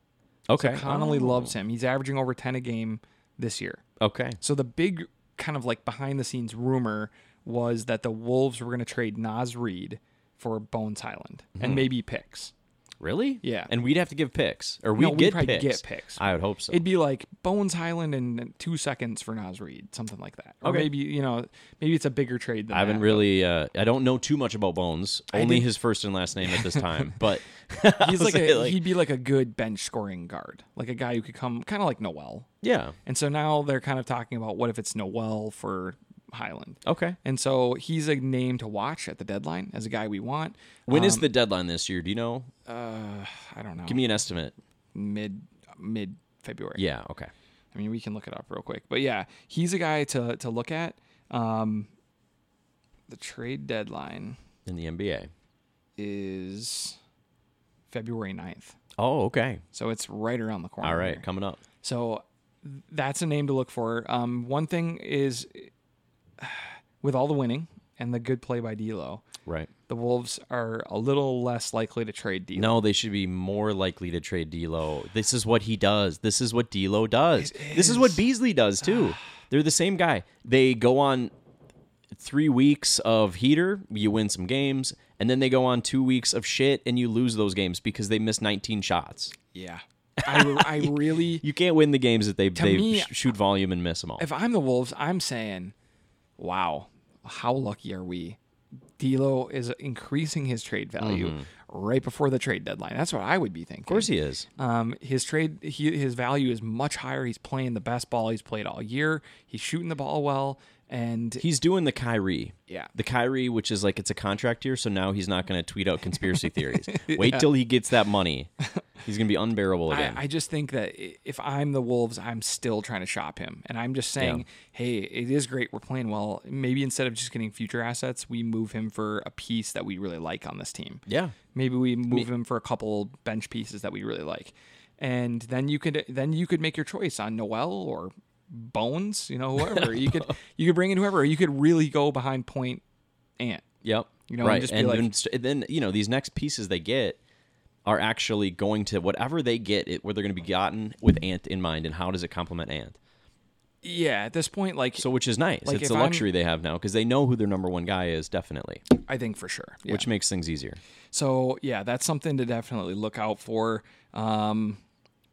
S2: Okay.
S1: Connolly
S2: Oh,
S1: loves him. He's averaging over 10 a game this year.
S2: Okay.
S1: So the big kind of like behind the scenes rumor was that the Wolves were going to trade Nas Reed for Bones Highland
S2: Hmm.
S1: and maybe picks.
S2: Really?
S1: Yeah.
S2: And we'd have to give picks, or we'd,
S1: No, we'd
S2: get
S1: probably
S2: picks.
S1: get picks.
S2: I would hope so.
S1: It'd be like Bones Highland and two seconds for Nas Reed, something like that. Or
S2: Okay.
S1: maybe you know, maybe it's a bigger trade than
S2: I haven't
S1: that.
S2: really. Uh, I don't know too much about Bones. Only
S1: think-
S2: his first and last name at this time. But
S1: He's like,
S2: say,
S1: a,
S2: like-
S1: he'd be like a good bench scoring guard, like a guy who could come kind of like Noel.
S2: yeah.
S1: And so now they're kind of talking about what if it's Noel for Highland.
S2: Okay.
S1: And so he's a name to watch at the deadline as a guy we want.
S2: When is the deadline this year? Do you know?
S1: Uh, I don't know.
S2: Give me an estimate.
S1: mid mid February.
S2: Yeah. Okay.
S1: I mean, we can look it up real quick. But yeah, he's a guy to to look at. Um, the trade deadline
S2: In the NBA.
S1: is February 9th.
S2: Oh, okay.
S1: So it's right around the corner.
S2: All right,
S1: here.
S2: coming up.
S1: So th- that's a name to look for. Um, one thing is with all the winning and the good play by D'Lo,
S2: Right.
S1: the Wolves are a little less likely to trade D'Lo.
S2: No, they should be more likely to trade D'Lo. This is what he does. This is what D'Lo does. This is what Beasley does too.
S1: Ah.
S2: They're the same guy. They go on three weeks of heater, you win some games, and then they go on two weeks of shit, and you lose those games because they miss 19 shots.
S1: Yeah. I, I really
S2: You can't win the games that they they
S1: me,
S2: sh- shoot volume and miss them all.
S1: if I'm the Wolves, I'm saying, wow, how lucky are we? D'Lo is increasing his trade value right before the trade deadline. That's what I would be thinking.
S2: of course he is.
S1: Um, his trade, he, his value is much higher. He's playing the best ball he's played all year. He's shooting the ball well, and
S2: He's doing the Kyrie.
S1: Yeah.
S2: The Kyrie, which is like it's a contract year, so now he's not going to tweet out conspiracy theories. Wait till he gets that money. He's going to be unbearable again.
S1: I, I just think that i- if I'm the Wolves, I'm still trying to shop him, and I'm just saying, hey, it is great. We're playing well. Maybe instead of just getting future assets, we move him for a piece that we really like on this team.
S2: yeah.
S1: Maybe we move him for a couple bench pieces that we really like, and then you could then you could make your choice on Noel or Bones, you know, whoever you could you could bring in whoever you could really go behind Point Ant.
S2: Yep.
S1: You know, and
S2: right.
S1: just be
S2: and
S1: like-
S2: then, st- then you know these next pieces they get are actually going to whatever they get, it, where they're going to be gotten with Ant in mind, and how does it complement Ant?
S1: Yeah, at this point, like
S2: So, which is nice.
S1: Like,
S2: it's a
S1: if I'm-
S2: luxury they have now because they know who their number one guy is, definitely,
S1: I think for sure, Yeah.
S2: which makes things easier.
S1: So yeah, that's something to definitely look out for. Um,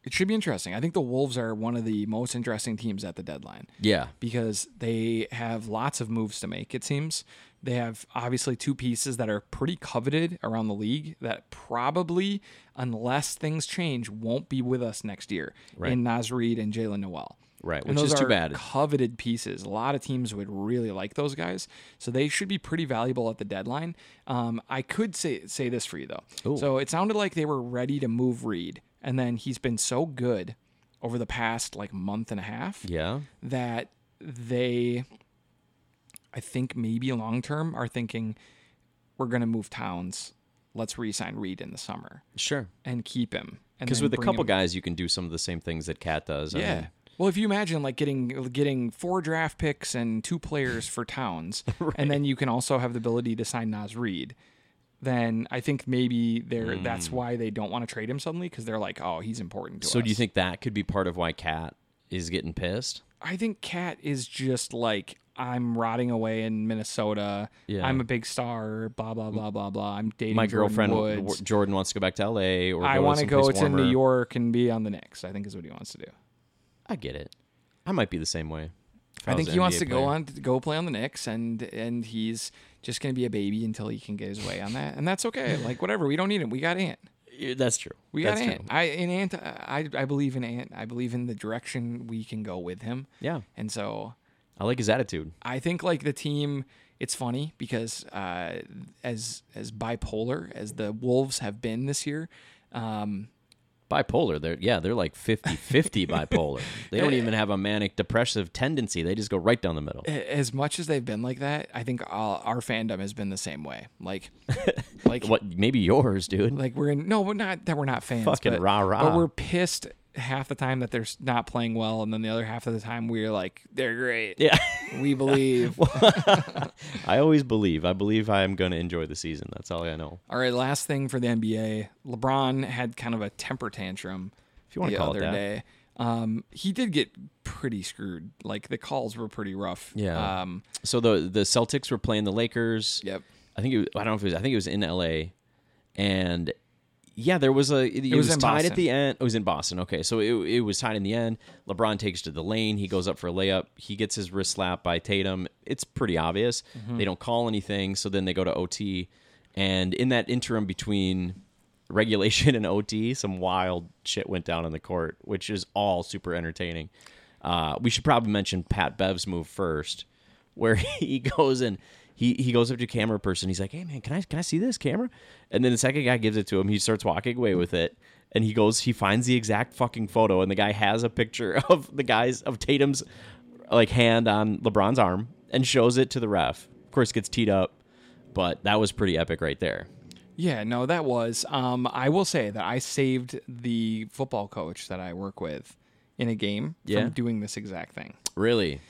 S1: it should be interesting. I think the Wolves are one of the most interesting teams at the deadline
S2: Yeah.
S1: because they have lots of moves to make. It seems they have obviously two pieces that are pretty coveted around the league that probably, unless things change, won't be with us next year
S2: Right.
S1: in Nas Reed and Jalen Noel.
S2: Right,
S1: And
S2: which
S1: those
S2: is too
S1: are
S2: bad.
S1: Coveted pieces. A lot of teams would really like those guys, so they should be pretty valuable at the deadline. Um, I could say say this for you though. So it sounded like they were ready to move Reed, and then he's been so good over the past like month and a half
S2: Yeah.
S1: that they, I think maybe long term, are thinking we're going to move towns. Let's re-sign Reed in the summer
S2: Sure.
S1: and keep him. And
S2: Because
S1: then
S2: with a
S1: bring
S2: couple
S1: him-
S2: guys, you can do some of the same things that Cat does. I
S1: yeah.
S2: mean,
S1: well, if you imagine like getting getting four draft picks and two players for Towns, and then you can also have the ability to sign Nas Reed, then I think maybe they're that's why they don't want to trade him suddenly because they're like, oh, he's important to
S2: Hmm. So
S1: us.
S2: do you think that could be part of why Cat is getting pissed?
S1: I think Cat is just like I'm rotting away in Minnesota.
S2: Yeah.
S1: I'm a big star. Blah blah blah blah blah. I'm dating
S2: My
S1: Jordan
S2: girlfriend w-
S1: Woods.
S2: w- Jordan wants to go back to L.A. or
S1: I
S2: want to
S1: go to
S2: warmer.
S1: New York and be on the Knicks. I think is what he wants to do.
S2: I get it. I might be the same way. If
S1: I
S2: was
S1: think
S2: an
S1: he wants
S2: NBA
S1: to go
S2: player.
S1: on to go play on the Knicks, and and he's just gonna be a baby until he can get his way on that, and that's okay. like whatever, we don't need him. We got Ant.
S2: Yeah, That's true.
S1: We got
S2: That's
S1: Ant.
S2: true.
S1: I in Ant, I I believe in Ant. I believe in the direction we can go with him,
S2: Yeah,
S1: and so
S2: I like his attitude.
S1: I think like the team. It's funny because uh, as as bipolar as the Wolves have been this year, um,
S2: Bipolar. They're yeah, they're like 50-50 bipolar. They don't even have a manic depressive tendency. They just go right down the middle.
S1: a- as much as they've been like that, I think all, our fandom has been the same way. Like, like
S2: What? Maybe yours, dude.
S1: Like we're in no, we're not that we're not fans.
S2: Fucking
S1: but,
S2: rah rah.
S1: But we're pissed half the time that they're s- not playing well, and then the other half of the time we're like, they're great.
S2: Yeah.
S1: We believe.
S2: I always believe. I believe I am going to enjoy the season. That's all I know.
S1: All right, last thing for the NBA. LeBron had kind of a temper tantrum
S2: If you want
S1: the
S2: to call
S1: other
S2: it that.
S1: day. Um, he did get pretty screwed. Like the calls were pretty rough.
S2: Yeah.
S1: Um,
S2: So the the Celtics were playing the Lakers.
S1: yep.
S2: I think it was, I don't know if it was I think it was in LA, and yeah, there was a it,
S1: was
S2: was,
S1: in
S2: tied
S1: Boston.
S2: at the end. It was in Boston. Okay, so it, it was tied in the end. LeBron takes to the lane. He goes up for a layup. He gets his wrist slapped by Tatum. It's pretty obvious.
S1: Mm-hmm.
S2: They don't call anything. So then they go to OT, and in that interim between regulation and OT, some wild shit went down on the court, which is all super entertaining. Uh, we should probably mention Pat Bev's move first, where he goes and he, he goes up to a camera person. He's like, "Hey man, can I can I see this camera?" And then the second guy gives it to him. He starts walking away with it, and he goes he finds the exact fucking photo, and the guy has a picture of the guy's of Tatum's like hand on LeBron's arm and shows it to the ref. Of course, gets teed up, but that was pretty epic right there.
S1: Yeah, no, that was. Um, I will say that I saved the football coach that I work with in a game
S2: Yeah.
S1: from doing this exact thing.
S2: Really,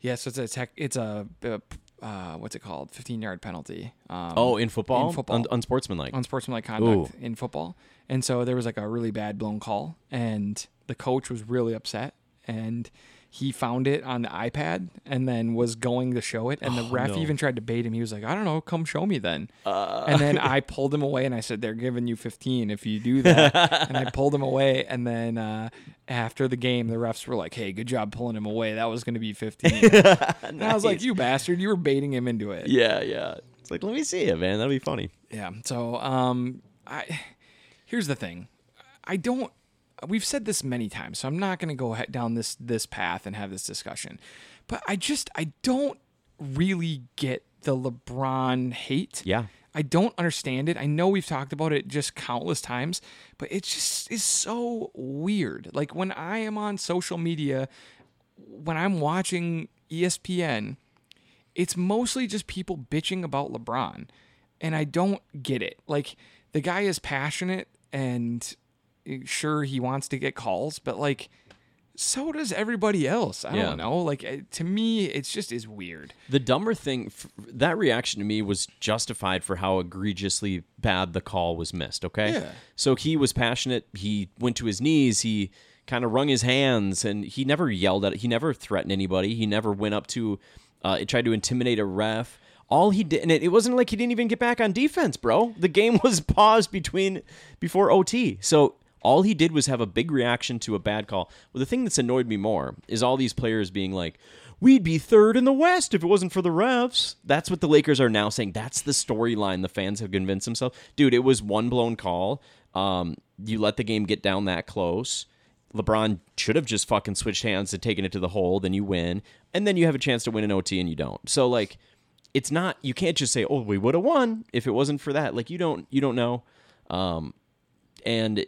S1: Yeah, so it's a tech. It's a uh, uh, what's it called? Fifteen yard penalty. Um,
S2: Oh, in football,
S1: In football.
S2: Un- unsportsmanlike.
S1: on sportsmanlike conduct in football, and so there was like a really bad blown call, and the coach was really upset, and he found it on the iPad, and then was going to show it, and the ref
S2: no.
S1: even tried to bait him. He was like, "I don't know, come show me then." and then I pulled him away, and I said, "They're giving you fifteen if you do that." and I pulled him away, and then uh, after the game, the refs were like, "Hey, good job pulling him away. That was going to be 15. And I was like, "You bastard! You were baiting him into it."
S2: yeah, yeah. It's like let me see it, man. That'll be funny.
S1: Yeah. So, um, I here's the thing. I don't. We've said this many times, so I'm not going to go he- down this this path and have this discussion. But I just I don't really get the LeBron hate.
S2: Yeah.
S1: I don't understand it. I know we've talked about it just countless times, but it just is so weird. Like when I am on social media, when I'm watching E ESPN, it's mostly just people bitching about LeBron. And I don't get it. Like, the guy is passionate and eh, sure he wants to get calls, but like, so does everybody else. I
S2: Yeah.
S1: don't know. Like, eh, to me, it's just is weird.
S2: The dumber thing, f- that reaction to me was justified for how egregiously bad the call was missed. Okay,
S1: Yeah.
S2: so he was passionate. He went to his knees. He kind of wrung his hands, and he never yelled at. He never threatened anybody. He never went up to, uh, tried to intimidate a ref. All he did, and it, it wasn't like he didn't even get back on defense, bro. The game was paused between before OT, so all he did was have a big reaction to a bad call. Well, the thing that's annoyed me more is all these players being like, "We'd be third in the West if it wasn't for the refs." That's what the Lakers are now saying. That's the storyline the fans have convinced themselves. Dude, it was one blown call. Um, you let the game get down that close. LeBron should have just fucking switched hands and taken it to the hole. Then you win, and then you have a chance to win an OT, and you don't. So like, it's not. You can't just say, "Oh, we would have won if it wasn't for that." Like you don't. You don't know. Um, and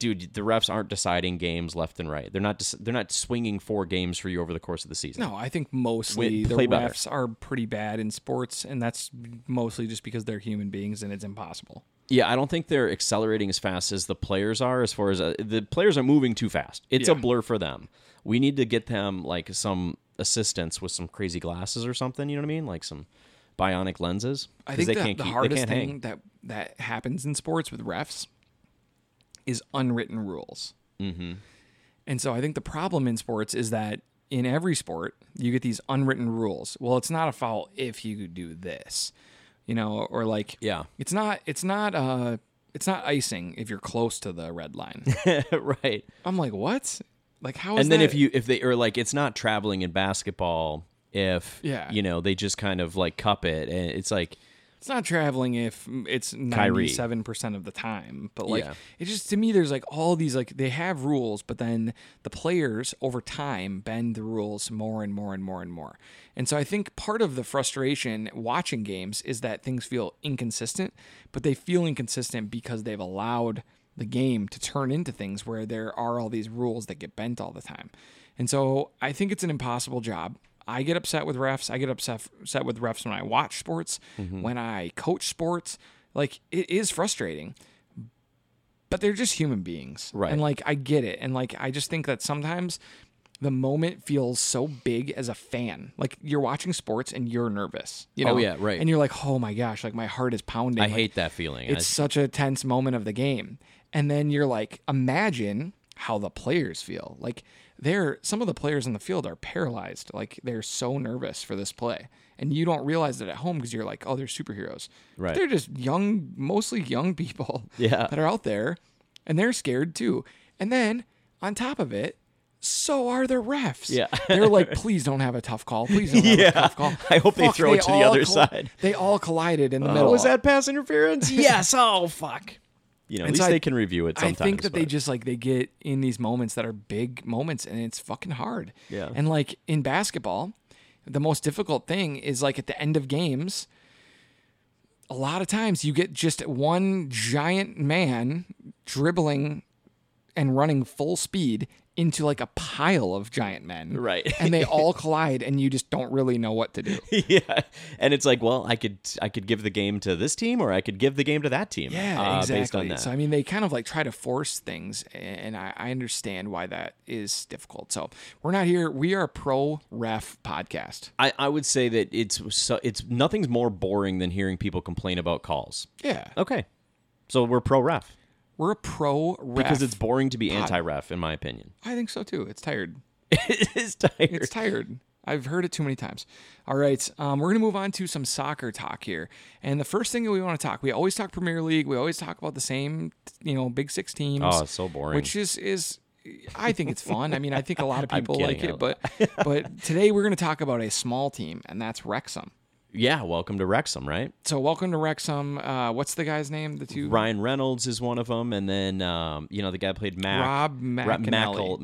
S2: dude, the refs aren't deciding games left and right. They're not. dec- They're not swinging four games for you over the course of the season.
S1: No, I think mostly
S2: Win-
S1: the
S2: play better.
S1: refs are pretty bad in sports, and that's mostly just because they're human beings and it's impossible.
S2: Yeah, I don't think they're accelerating as fast as the players are. As far as uh, the players are moving too fast, it's a
S1: Yeah.
S2: blur for them. We need to get them like some assistance with some crazy glasses or something. You know what I mean? Like some bionic lenses
S1: I
S2: 'Cause
S1: think
S2: they
S1: that
S2: can't
S1: the
S2: keep,
S1: hardest
S2: they can't
S1: thing
S2: hang.
S1: that that happens in sports with refs is unwritten rules. Mm-hmm. And so I think the problem in sports is that in every sport you get these unwritten rules. Well, it's not a foul if you do this, you know, or like
S2: Yeah,
S1: it's not it's not uh it's not icing if you're close to the red line.
S2: right.
S1: I'm like, what? Like how is
S2: And then
S1: that-
S2: if you if they or like it's not traveling in basketball if
S1: Yeah.
S2: you know they just kind of like cup it and it's like
S1: It's not traveling if it's
S2: Kyrie.
S1: ninety-seven percent of the time, but like
S2: Yeah.
S1: it just to me, there's like all these like they have rules, but then the players over time bend the rules more and more and more and more. And so I think part of the frustration watching games is that things feel inconsistent, but they feel inconsistent because they've allowed the game to turn into things where there are all these rules that get bent all the time. And so I think it's an impossible job. I get upset with refs. I get upset upset with refs when I watch sports, when I coach sports. Like it is frustrating, but they're just human beings,
S2: Right.
S1: And like I get it, and like I just think that sometimes the moment feels so big as a fan. Like you're watching sports and you're nervous, you know?
S2: Oh, yeah, right.
S1: And you're like, oh my gosh, like my heart is pounding.
S2: I
S1: Like,
S2: hate that feeling. I-
S1: it's such a tense moment of the game. And then you're like, imagine how the players feel. Like they're some of the players on the field are paralyzed. Like they're so nervous for this play. And you don't realize it at home because you're like, oh, they're superheroes. But
S2: Right.
S1: they're just young, mostly young people
S2: Yeah.
S1: that are out there and they're scared too. And then on top of it, so are the refs.
S2: Yeah.
S1: They're like, please don't have a tough call. Please don't have
S2: Yeah.
S1: a tough call.
S2: I hope they throw it to the
S1: all
S2: other side.
S1: They all collided in the
S2: oh,
S1: middle.
S2: was that pass interference? yes. Oh fuck. You know, at
S1: And
S2: least
S1: so I-
S2: they can review it sometimes.
S1: I think that they
S2: but-
S1: just like they get in these moments that are big moments and it's fucking hard.
S2: Yeah.
S1: And like in basketball, the most difficult thing is like at the end of games, a lot of times you get just one giant man dribbling and running full speed into like a pile of giant men.
S2: Right.
S1: and they all collide and you just don't really know what to do.
S2: yeah, and it's like, well, I could I could give the game to this team, or I could give the game to that team.
S1: Yeah,
S2: uh,
S1: exactly.
S2: Based on that,
S1: So I mean, they kind of like try to force things, and I, I understand why that is difficult. So we're not here. We are a pro ref podcast.
S2: I, I would say that it's so, it's nothing's more boring than hearing people complain about calls.
S1: Yeah,
S2: Okay, so we're pro ref
S1: we're a pro ref
S2: because it's boring to be anti ref, in my opinion.
S1: I think so too. It's tired.
S2: it's tired.
S1: It's tired. I've heard it too many times. All right, um, we're gonna move on to some soccer talk here. And the first thing that we want to talk, we always talk Premier League. We always talk about the same, you know, Big Six teams.
S2: oh, it's so boring.
S1: which is is I think it's fun. I mean, I think a lot of people like
S2: kidding.
S1: it, but but today we're going to talk about a small team, and that's Wrexham.
S2: yeah, welcome to Wrexham, right?
S1: So welcome to Wrexham. Uh, what's the guy's name? The two
S2: Ryan Reynolds is one of them, and then um, you know the guy played Mac
S1: Rob
S2: Macal
S1: McAnally.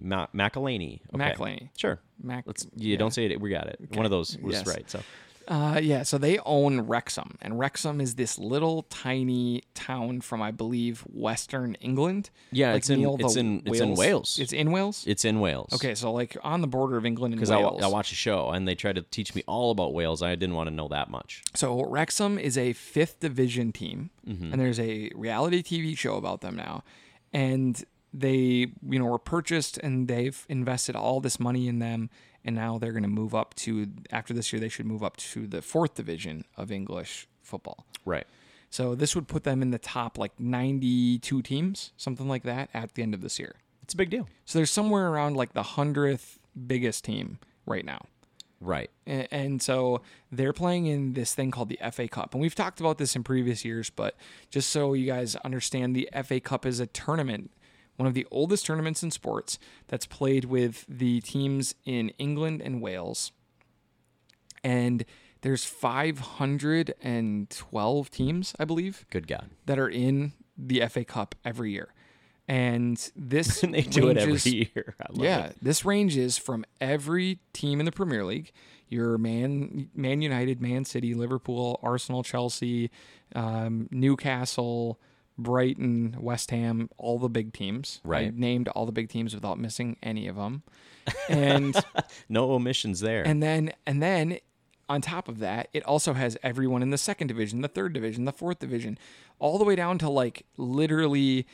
S2: McElhenney Ma- McElhaney. Okay.
S1: McElhaney.
S2: Sure.
S1: Mac-
S2: Let's, you don't say it. We got it. One of those was
S1: Yes.
S2: right. So
S1: Uh, yeah, so they own Wrexham, and Wrexham is this little tiny town from I believe Western England.
S2: Yeah, it's in-
S1: near the
S2: it's in- it's in Wales.
S1: It's in Wales.
S2: it's in Wales.
S1: okay, so like on the border of England and
S2: because I,
S1: Wales.
S2: wa- I watched a show and they tried to teach me all about Wales. I didn't want to know that much.
S1: So Wrexham is a fifth division team, and there's a reality TV show about them now, and they you know were purchased and they've invested all this money in them, and now they're going to move up to after this year they should move up to the fourth division of English football.
S2: Right.
S1: So this would put them in the top like 92 teams, something like that, at the end of this year.
S2: It's a big deal.
S1: So they're somewhere around like the hundredth biggest team right now.
S2: Right.
S1: A- And so they're playing in this thing called the FA Cup. And we've talked about this in previous years, but just so you guys understand, the FA Cup is a tournament, one of the oldest tournaments in sports that's played with the teams in England and Wales. And there's 512 teams, I believe,
S2: Good God.
S1: that are in the FA Cup every year. And this
S2: And they do it
S1: ranges-
S2: every year. I love
S1: yeah,
S2: it.
S1: this ranges from every team in the Premier League. Your Man, Man United, Man City, Liverpool, Arsenal, Chelsea, um, Newcastle, Brighton, West Ham, all the big teams. I
S2: Right.
S1: named all the big teams without missing any of them. And
S2: No omissions there.
S1: and then and then on top of that, it also has everyone in the second division, the third division, the fourth division, all the way down to like literally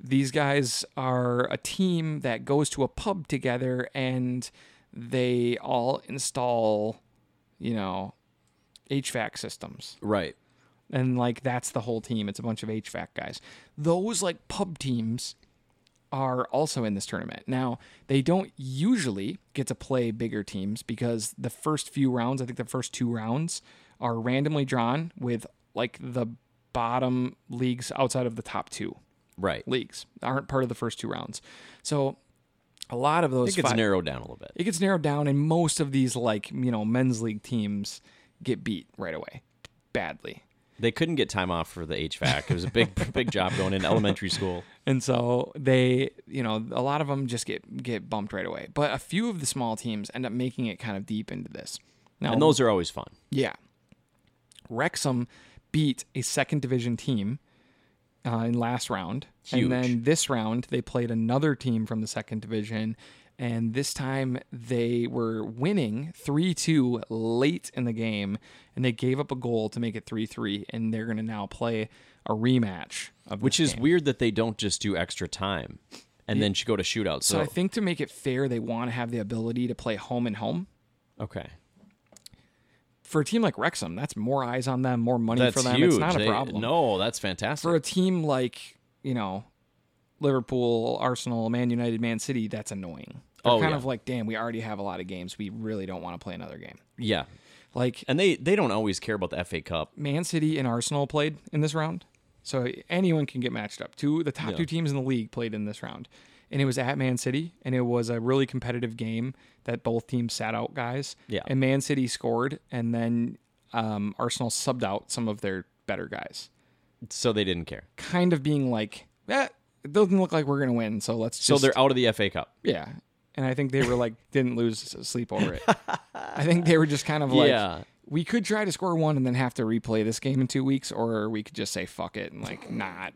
S1: these guys are a team that goes to a pub together and they all install, you know, HVAC systems.
S2: Right.
S1: and like that's the whole team. It's a bunch of HVAC guys. Those like pub teams are also in this tournament. Now, they don't usually get to play bigger teams because the first few rounds, I think the first two rounds are randomly drawn with like the bottom leagues outside of the top 2
S2: Right.
S1: leagues aren't part of the first two rounds. So, a lot of those
S2: It gets
S1: five-
S2: narrowed down a little bit.
S1: it gets narrowed down and most of these like, you know, men's league teams get beat right away badly.
S2: They couldn't get time off for the HVAC. It was a big, big job going into elementary school.
S1: And so they, you know, a lot of them just get get bumped right away. But a few of the small teams end up making it kind of deep into this. Now,
S2: And those are always fun.
S1: yeah, Wrexham beat a second division team uh, in last round,
S2: Huge.
S1: and then this round they played another team from the second division, and this time they were winning three two late in the game, and they gave up a goal to make it three three, and they're going to now play a rematch of
S2: Which is weird that they don't just do extra time and then go to shootouts.
S1: So
S2: So,
S1: I think to make it fair, they want to have the ability to play home and home.
S2: okay.
S1: For a team like Wrexham, that's more eyes on them, more money
S2: That's
S1: for them.
S2: huge.
S1: It's not a
S2: They-
S1: problem.
S2: no, that's fantastic.
S1: For a team like, you know, Liverpool, Arsenal, Man United, Man City, that's annoying. They're
S2: Oh,
S1: kind
S2: yeah.
S1: of like, damn, we already have a lot of games. We really don't want to play another game.
S2: yeah.
S1: Like
S2: And they, they don't always care about the FA Cup.
S1: Man City and Arsenal played in this round. So anyone can get matched up. Two the top two teams in the league played in this round. And it was at Man City and it was a really competitive game that both teams sat out guys.
S2: Yeah.
S1: And Man City scored and then um, Arsenal subbed out some of their better guys.
S2: So they didn't care.
S1: Kind of being like, eh, it doesn't look like we're gonna win, so let's just
S2: So they're out of the FA Cup.
S1: Yeah. And I think they were like didn't lose sleep over it. I think they were just kind of like
S2: Yeah.
S1: we could try to score one and then have to replay this game in two weeks, or we could just say fuck it and like not.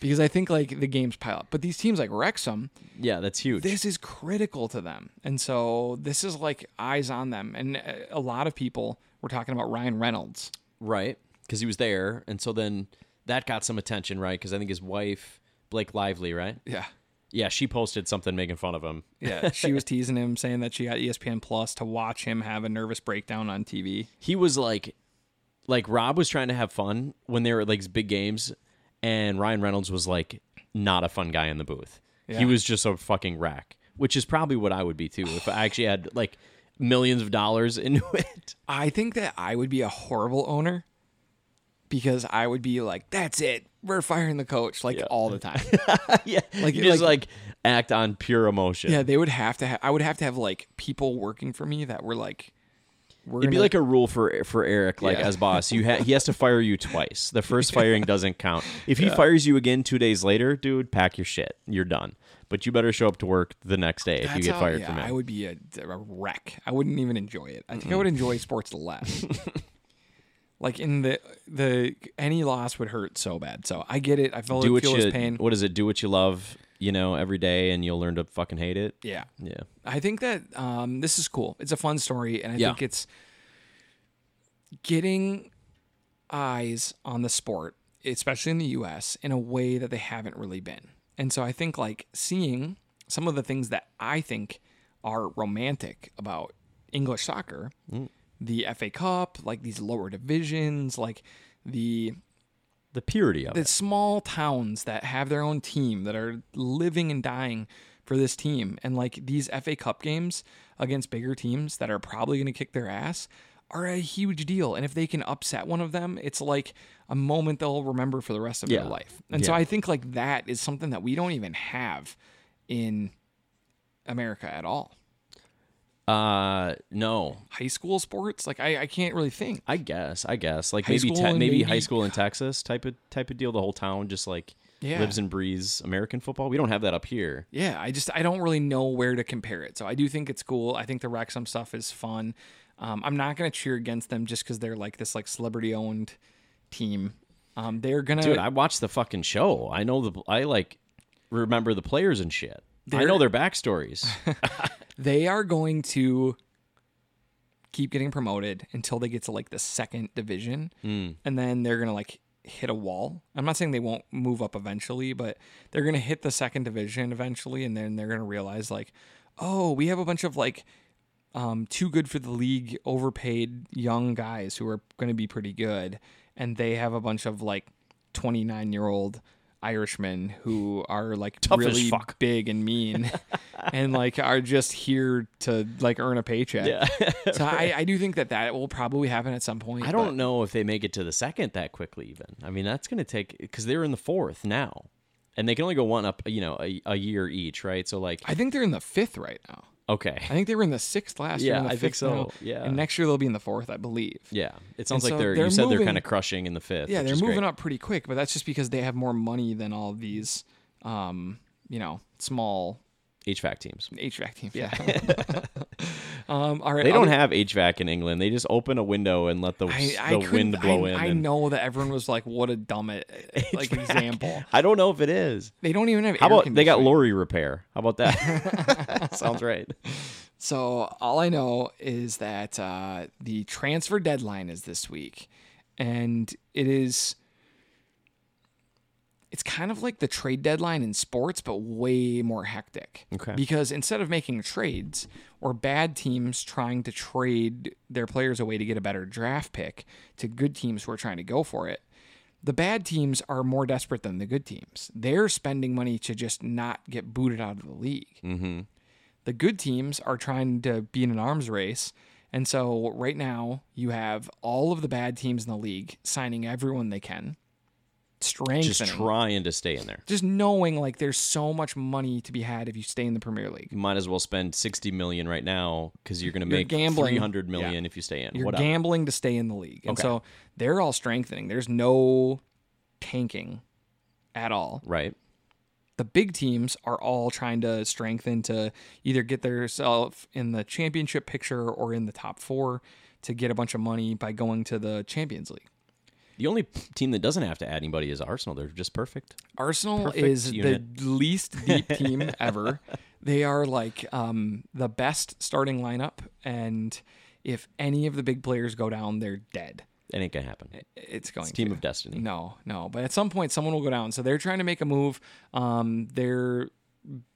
S1: Because I think like the games pile up. But these teams like Wrexham,
S2: Yeah, that's huge.
S1: this is critical to them. And so this is like eyes on them. And uh, a lot of people were talking about Ryan Reynolds.
S2: right? Because he was there, and so then that got some attention, right? Because I think his wife Blake Lively, right?
S1: Yeah.
S2: Yeah, she posted something making fun of him.
S1: Yeah. She was teasing him, saying that she got E ESPN Plus to watch him have a nervous breakdown on TV.
S2: He was like, like Rob was trying to have fun when they were at, like these big games, and Ryan Reynolds was like not a fun guy in the booth.
S1: Yeah.
S2: He was just a fucking rack, which is probably what I would be too if I actually had like millions of dollars into it.
S1: I think that I would be a horrible owner because I would be like, that's it. We're firing the coach like all the time.
S2: yeah,
S1: Like-
S2: like you just
S1: like-
S2: like, act on pure emotion.
S1: Yeah, they would have to. Ha- I would have to have like people working for me that were like, we're
S2: It'd be
S1: gonna-
S2: like a rule for for Eric, like
S1: Yeah.
S2: as boss. You ha- he has to fire you twice. The first firing doesn't count. If he fires you again two days later, dude, pack your shit. You're done. But you better show up to work the next day if you
S1: That's
S2: get
S1: how-
S2: fired
S1: yeah,
S2: from
S1: I
S2: him.
S1: would be a, a wreck. I wouldn't even enjoy it. I think I
S2: Mm.
S1: would enjoy sports less. like in the the any loss would hurt so bad. So I get it. I felt
S2: do
S1: it
S2: what
S1: feel his
S2: you
S1: pain.
S2: what is it? Do what you love, you know, every day, and you'll learn to fucking hate it.
S1: yeah.
S2: Yeah,
S1: I think that um, this is cool. It's a fun story, and I
S2: Yeah.
S1: think it's getting eyes on the sport, especially in the U.S., in a way that they haven't really been. And so I think like seeing some of the things that I think are romantic about English soccer, the FA Cup, like these lower divisions, like the
S2: the purity of
S1: the
S2: it.
S1: small towns that have their own team that are living and dying for this team and like these FA Cup games against bigger teams that are probably going to kick their ass are a huge deal and if they can upset one of them it's like a moment they'll remember for the rest of
S2: Yeah.
S1: their life. And so
S2: Yeah.
S1: I think like that is something that we don't even have in America at all.
S2: Uh, no,
S1: High school sports like I, I can't really think.
S2: I guess, I guess, like maybe
S1: school
S2: te-
S1: and
S2: maybe, high
S1: maybe-
S2: school in Texas type of type of deal. The whole town just like
S1: Yeah.
S2: lives and breathes American football. We don't have that up here.
S1: Yeah, I just I don't really know where to compare it. So I do think it's cool. I think the Wrexham stuff is fun. Um, I'm not gonna cheer against them just because they're like this like celebrity owned team. Um, they're gonna
S2: Dude, I watched the fucking show. I know the I like remember the players and shit. I
S1: They're-
S2: know their backstories.
S1: they are going to keep getting promoted until they get to like the second division,
S2: Hmm.
S1: and then they're gonna like hit a wall. I'm not saying they won't move up eventually, but they're gonna hit the second division eventually, and then they're gonna realize like, oh, we have a bunch of like um, too good for the league, overpaid young guys who are going to be pretty good, and they have a bunch of like 29 year old Irishmen who are like
S2: Tough as
S1: really
S2: fuck.
S1: big and mean, and like are just here to like earn a paycheck. so I, I do think that that will probably happen at some point.
S2: I don't know if they make it to the second that quickly. Even I mean, that's going to take because they're in the fourth now, and they can only go one up. You know, a, a year each, right? So like,
S1: but I think they're in the fifth right now.
S2: okay,
S1: I think they were in the sixth last year.
S2: Yeah,
S1: in the
S2: I think
S1: fifth
S2: so.
S1: now,
S2: Yeah.
S1: and next year they'll be in the fourth, I believe.
S2: yeah. It sounds
S1: And
S2: like
S1: so
S2: they're,
S1: they're
S2: You said they're
S1: moving-
S2: kind of crushing in the fifth.
S1: Yeah,
S2: which
S1: they're
S2: is
S1: moving
S2: great.
S1: up pretty quick, but that's just because they have more money than all these, um, you know, small
S2: HVAC teams.
S1: HVAC teams. Yeah. um, all right.
S2: They
S1: other-
S2: don't have HVAC in England. They just open a window and let the
S1: I, I
S2: the
S1: couldn't-
S2: wind blow
S1: I,
S2: in.
S1: I
S2: and-
S1: know that everyone was like, "What a dumb it, like example."
S2: I don't know if it is.
S1: They don't even have.
S2: How
S1: air
S2: about they got
S1: conditioning.
S2: lorry repair? How about that? Sounds right.
S1: So all I know is that uh, the transfer deadline is this week, and it is. It's kind of like the trade deadline in sports, but way more hectic.
S2: Okay.
S1: Because instead of making trades or bad teams trying to trade their players away to get a better draft pick to good teams who are trying to go for it, the bad teams are more desperate than the good teams. They're spending money to just not get booted out of the league
S2: Mm-hmm.
S1: the good teams are trying to be in an arms race. And so right now you have all of the bad teams in the league signing everyone they can, strengthening,
S2: Just
S1: just,
S2: trying to stay in there.
S1: knowing like there's so much money to be had if you stay in the Premier League.
S2: You might as well spend sixty million right now because you're going to make
S1: gambling.
S2: three hundred million if you stay in.
S1: You're
S2: What
S1: gambling to stay in the league. And
S2: Okay.
S1: so they're all strengthening. There's no tanking at all.
S2: right?
S1: the big teams are all trying to strengthen to either get themselves in the championship picture or in the top four to get a bunch of money by going to the Champions League.
S2: The only p- team that doesn't have to add anybody is Arsenal. They're just perfect.
S1: Arsenal
S2: Perfect
S1: is
S2: unit.
S1: the least deep team ever. They are like um, the best starting lineup, and if any of the big players go down, they're dead.
S2: That ain't gonna happen.
S1: It's going
S2: Team
S1: to.
S2: of destiny.
S1: No, no. But at some point, someone will go down. So they're trying to make a move. Um, their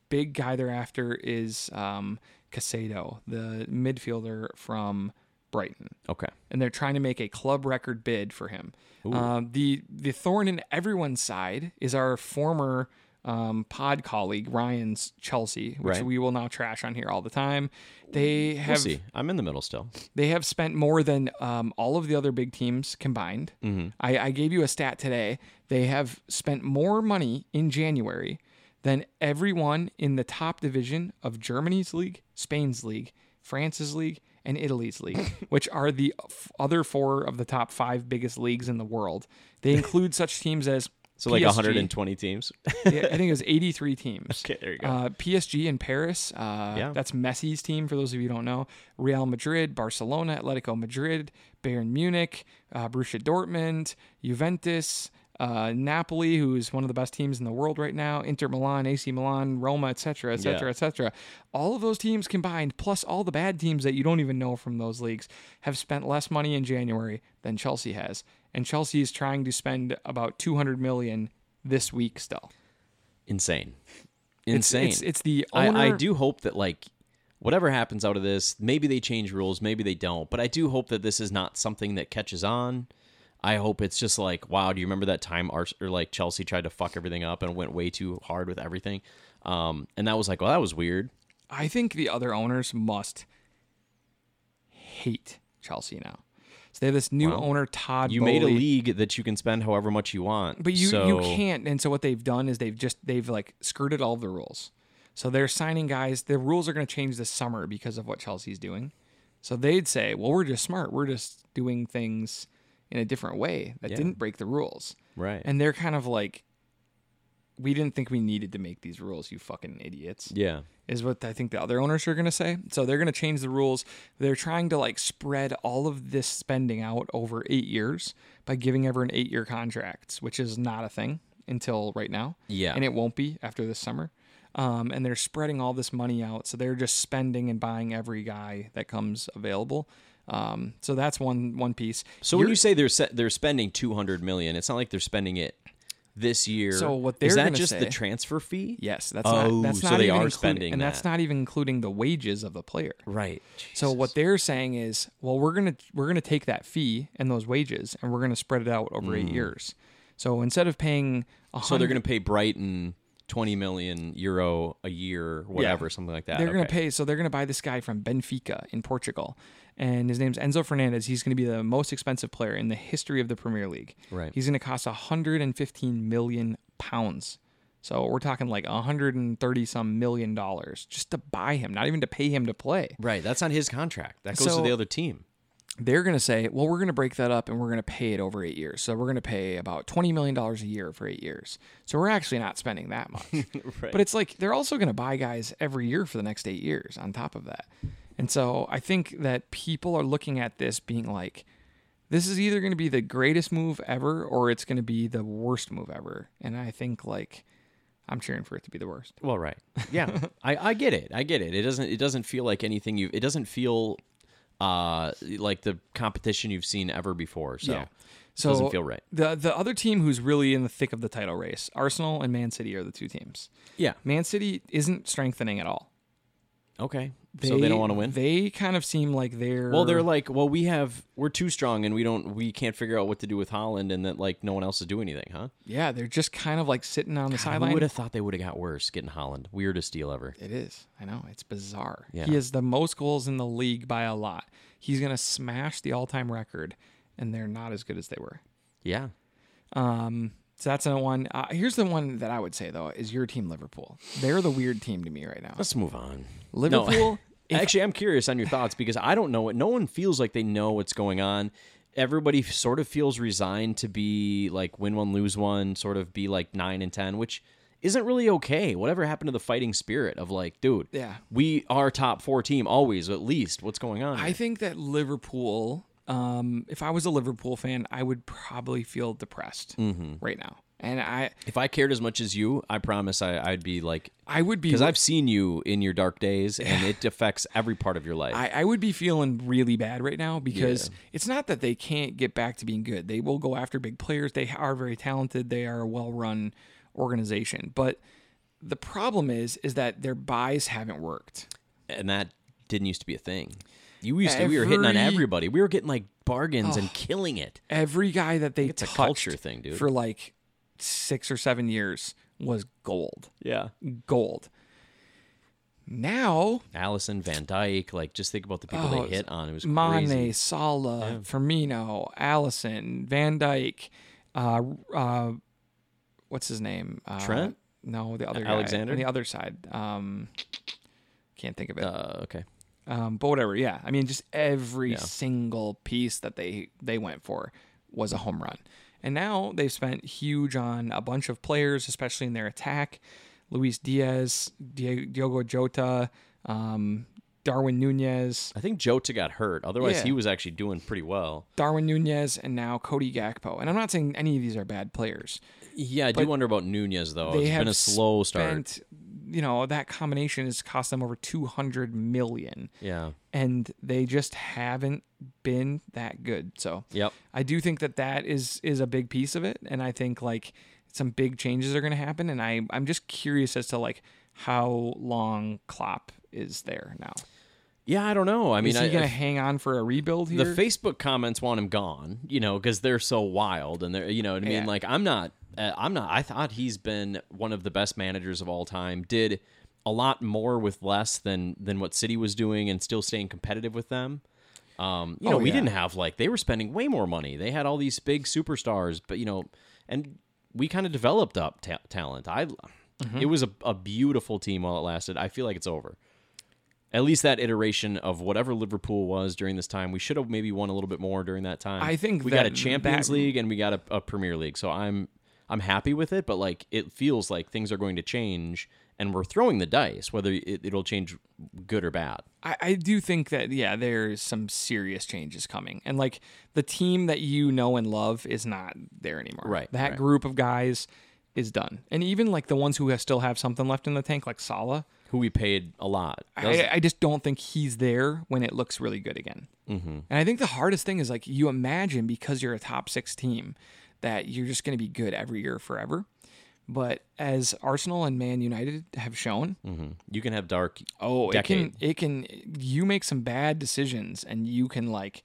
S1: big guy they're after is um, Casado, the midfielder from Brighton,
S2: Okay.
S1: and they're trying to make a club record bid for him. Um, the the thorn in everyone's side is our former. Um, pod colleague Ryan's Chelsea, which
S2: Right.
S1: we will now trash on here all the time. They
S2: We'll
S1: have
S2: see. I'm in the middle still.
S1: they have spent more than um, all of the other big teams combined.
S2: Mm-hmm.
S1: I, I gave you a stat today. They have spent more money in January than everyone in the top division of Germany's league, Spain's league, France's league, and Italy's league, which are the f- other four of the top five biggest leagues in the world. They include such teams as
S2: So like
S1: PSG.
S2: 120 teams.
S1: Yeah, I think it was 83 teams.
S2: Okay, there you go.
S1: Uh, PSG in Paris. Uh,
S2: Yeah.
S1: That's Messi's team, for those of you who don't know. Real Madrid, Barcelona, Atletico Madrid, Bayern Munich, uh, Borussia Dortmund, Juventus, uh, Napoli, who's one of the best teams in the world right now, Inter Milan, AC Milan, Roma, etc., etc.,
S2: Yeah.
S1: etc. All of those teams combined, plus all the bad teams that you don't even know from those leagues, have spent less money in January than Chelsea has. And Chelsea is trying to spend about 200 million this week still.
S2: Insane.
S1: It's-
S2: Insane.
S1: It's, it's the owner.
S2: I, I do hope that like whatever happens out of this, maybe they change rules, maybe they don't, but I do hope that this is not something that catches on. I hope it's just like, wow, do you remember that time Ars- or like Chelsea tried to fuck everything up and went way too hard with everything? Um, and that was like, well, that was weird.
S1: I think the other owners must hate Chelsea now. So they have this new owner, Todd.
S2: You made a
S1: Bowley,
S2: league that you can spend however much you want.
S1: but you
S2: so,
S1: you can't. And so what they've done is they've just they've like skirted all the rules. So they're signing guys. The rules are going to change this summer because of what Chelsea's doing. So they'd say, well, we're just smart. We're just doing things in a different way that didn't break the rules.
S2: Right.
S1: And they're kind of like, we didn't think we needed to make these rules. You fucking idiots.
S2: yeah.
S1: is what I think the other owners are going to say. So they're going to change the rules. They're trying to like spread all of this spending out over eight years by giving everyone eight year contracts, which is not a thing until right now.
S2: Yeah.
S1: And it won't be after this summer. Um, and they're spreading all this money out. So they're just spending and buying every guy that comes available. Um, so that's one one piece.
S2: So when you say they're se- they're spending 200 million, it's not like they're spending it this year.
S1: So what
S2: is
S1: they're
S2: that
S1: gonna
S2: just the
S1: say-
S2: transfer fee?
S1: Yes, that's
S2: Oh,
S1: not that's
S2: so
S1: not
S2: they
S1: even
S2: are
S1: including-
S2: spending
S1: and
S2: that.
S1: that's not even including the wages of the player.
S2: Right.
S1: So what they're saying is, well, we're gonna we're gonna take that fee and those wages, and we're gonna spread it out over eight years. So instead of paying, a
S2: Mm. So they're
S1: hundred-
S2: going to pay Brighton 20 million euro a year, whatever, something like that.
S1: they're gonna
S2: Okay.
S1: pay. So they're gonna buy this guy from Benfica in Portugal, and his name's Enzo Fernandez. He's gonna be the most expensive player in the history of the Premier League.
S2: Right.
S1: He's gonna cost 115 million pounds. So we're talking like 130 some million dollars just to buy him, not even to pay him to play.
S2: Right. That's not his contract. That goes
S1: So-
S2: to the other team.
S1: they're going to say, well, we're going to break that up and we're going to pay it over eight years. So we're going to pay about $20 million a year for eight years. So we're actually not spending that much. But it's like they're also going to buy guys every year for the next eight years on top of that. And so I think that people are looking at this being like, this is either going to be the greatest move ever or it's going to be the worst move ever. And I think like I'm cheering for it to be the worst.
S2: Well, right. Yeah. I, I get it. I get it. It doesn't it doesn't feel like anything you it doesn't feel uh like the competition you've seen ever before. So
S1: Yeah.
S2: it doesn't feel right.
S1: The the other team who's really in the thick of the title race, Arsenal and Man City are the two teams.
S2: Yeah.
S1: Man City isn't strengthening at all.
S2: Okay. so they don't want to win.
S1: They kind of seem like they're
S2: well, they're like, well, we have we're too strong and we don't we can't figure out what to do with Holland and that like no one else is doing anything, huh?
S1: yeah, they're just kind of like sitting on the
S2: I
S1: sideline.
S2: would have thought they would have got worse getting Holland. Weirdest deal ever.
S1: It is. I know it's bizarre.
S2: Yeah.
S1: He has the most goals in the league by a lot. He's gonna smash the all-time record, and they're not as good as they were.
S2: Yeah.
S1: Um, so that's the one. Uh, here's the one that I would say though is your team, Liverpool. They're the weird team to me right now.
S2: Let's move on.
S1: Liverpool.
S2: No, actually, I'm curious on your thoughts because I don't know it. No one feels like they know what's going on. Everybody sort of feels resigned to be like win one, lose one, sort of be like nine and ten, which isn't really okay. Whatever happened to the fighting spirit of like, dude,
S1: Yeah.
S2: we are top four team always, at least. What's going on?
S1: I think that Liverpool, um, if I was a Liverpool fan, I would probably feel depressed
S2: Mm-hmm.
S1: right now. And I,
S2: if I cared as much as you, I promise I, I'd be like,
S1: I would be,
S2: because I've seen you in your dark days, and it affects every part of your life.
S1: I, I would be feeling really bad right now because it's not that they can't get back to being good. They will go after big players. They are very talented. They are a well-run organization. But the problem is, is that their buys haven't worked.
S2: and that didn't used to be a thing. You used to, we were hitting on
S1: Every-
S2: everybody. We were getting like bargains and killing it.
S1: Every guy that they
S2: a
S1: touched
S2: culture thing, dude.
S1: for like six or seven years was gold,
S2: Yeah.
S1: gold. Now
S2: Allison Van Dyke, like just think about the people
S1: Oh,
S2: they hit on. It was
S1: Mane,
S2: crazy.
S1: Salah, Firmino, Allison, Van Dyke, uh, uh, what's his name? Uh,
S2: Trent?
S1: No, the other guy
S2: Alexander?
S1: on the other side. Um, can't think of it.
S2: Uh, okay.
S1: um, but whatever. Yeah, I mean, just every single piece that they they went for was a home run. And now they've spent huge on a bunch of players, especially in their attack. Luis Diaz, Di- Diogo Jota, um, Darwin Nunez.
S2: I think Jota got hurt. Otherwise,
S1: Yeah.
S2: he was actually doing pretty well.
S1: Darwin Nunez and now Cody Gakpo. And I'm not saying any of these are bad players.
S2: Yeah, I do wonder about Nunez though.
S1: They
S2: It's
S1: have
S2: been a slow start.
S1: spent, you know, that combination has cost them over 200 million
S2: Yeah.
S1: and they just haven't been that good. So
S2: Yep.
S1: I do think that that is is a big piece of it and I think like some big changes are going to happen and I I'm just curious as to like how long Klopp is there now.
S2: Yeah, I don't know. I mean,
S1: Is
S2: I,
S1: he going to
S2: I-
S1: hang on for a rebuild here?
S2: the Facebook comments want him gone, you know, because they're so wild and they're, you know what I mean?
S1: Yeah.
S2: Like, I'm not, uh, I'm not, I thought he's been one of the best managers of all time, did a lot more with less than, than what City was doing and still staying competitive with them. Um, you know,
S1: Oh,
S2: we
S1: yeah.
S2: didn't have like, they were spending way more money. They had all these big superstars, but, you know, and we kind of developed up ta- talent. I,
S1: Mm-hmm.
S2: it was a, a beautiful team while it lasted. I feel like it's over at least that iteration of whatever Liverpool was during this time. We should have maybe won a little bit more during that time.
S1: I think
S2: we got a
S1: that-
S2: Champions
S1: that-
S2: League and we got a, a Premier League, so I'm I'm happy with it. But like, it feels like things are going to change, and we're throwing the dice whether it, it'll change good or bad.
S1: I, I do think that yeah, there's some serious changes coming, and like the team that you know and love is not there anymore.
S2: Right,
S1: that
S2: right.
S1: group of guys is done, and even like the ones who have, still have something left in the tank, like Salah,
S2: Who we paid a lot. That was-
S1: I, I just don't think he's there when it looks really good again. Mm-hmm. And I think the hardest thing is like you imagine because you're a top six team that you're just going to be good every year forever. But as Arsenal and Man United have shown,
S2: hmm You can have dark.
S1: oh,
S2: Decade.
S1: it can it can you make some bad decisions and you can like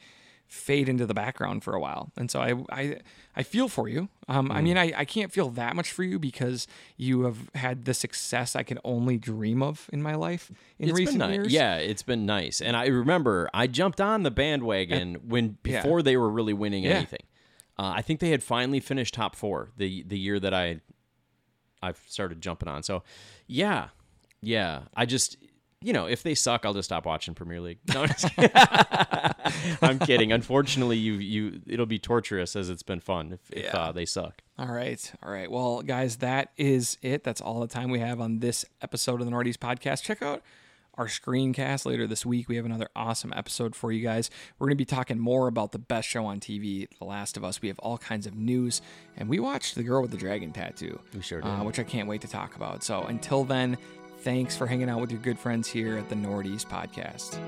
S1: fade into the background for a while. And so I I I feel for you. Um
S2: Mm.
S1: I mean I I can't feel that much for you because you have had the success I can only dream of in my life in
S2: It's
S1: recent
S2: been nice.
S1: years.
S2: Yeah, it's been nice. And I remember I jumped on the bandwagon when before they were really winning
S1: Yeah.
S2: anything. Uh, I think they had finally finished top four the the year that I I started jumping on. So yeah, yeah. I just you know if they suck, I'll just stop watching Premier League. No, I'm, just kidding. I'm kidding. Unfortunately, you you it'll be torturous as it's been fun if, if uh, they suck.
S1: All right. All right. Well, guys, that is it. That's all the time we have on this episode of the Northeast Podcast. Check out our screencast later this week. We have another awesome episode for you guys. We're going to be talking more about the best show on TV, The Last of Us. We have all kinds of news, and we watched The Girl with the Dragon Tattoo. We
S2: sure
S1: Uh, which I can't wait to talk about. So until then, thanks for hanging out with your good friends here at the Northeast Podcast.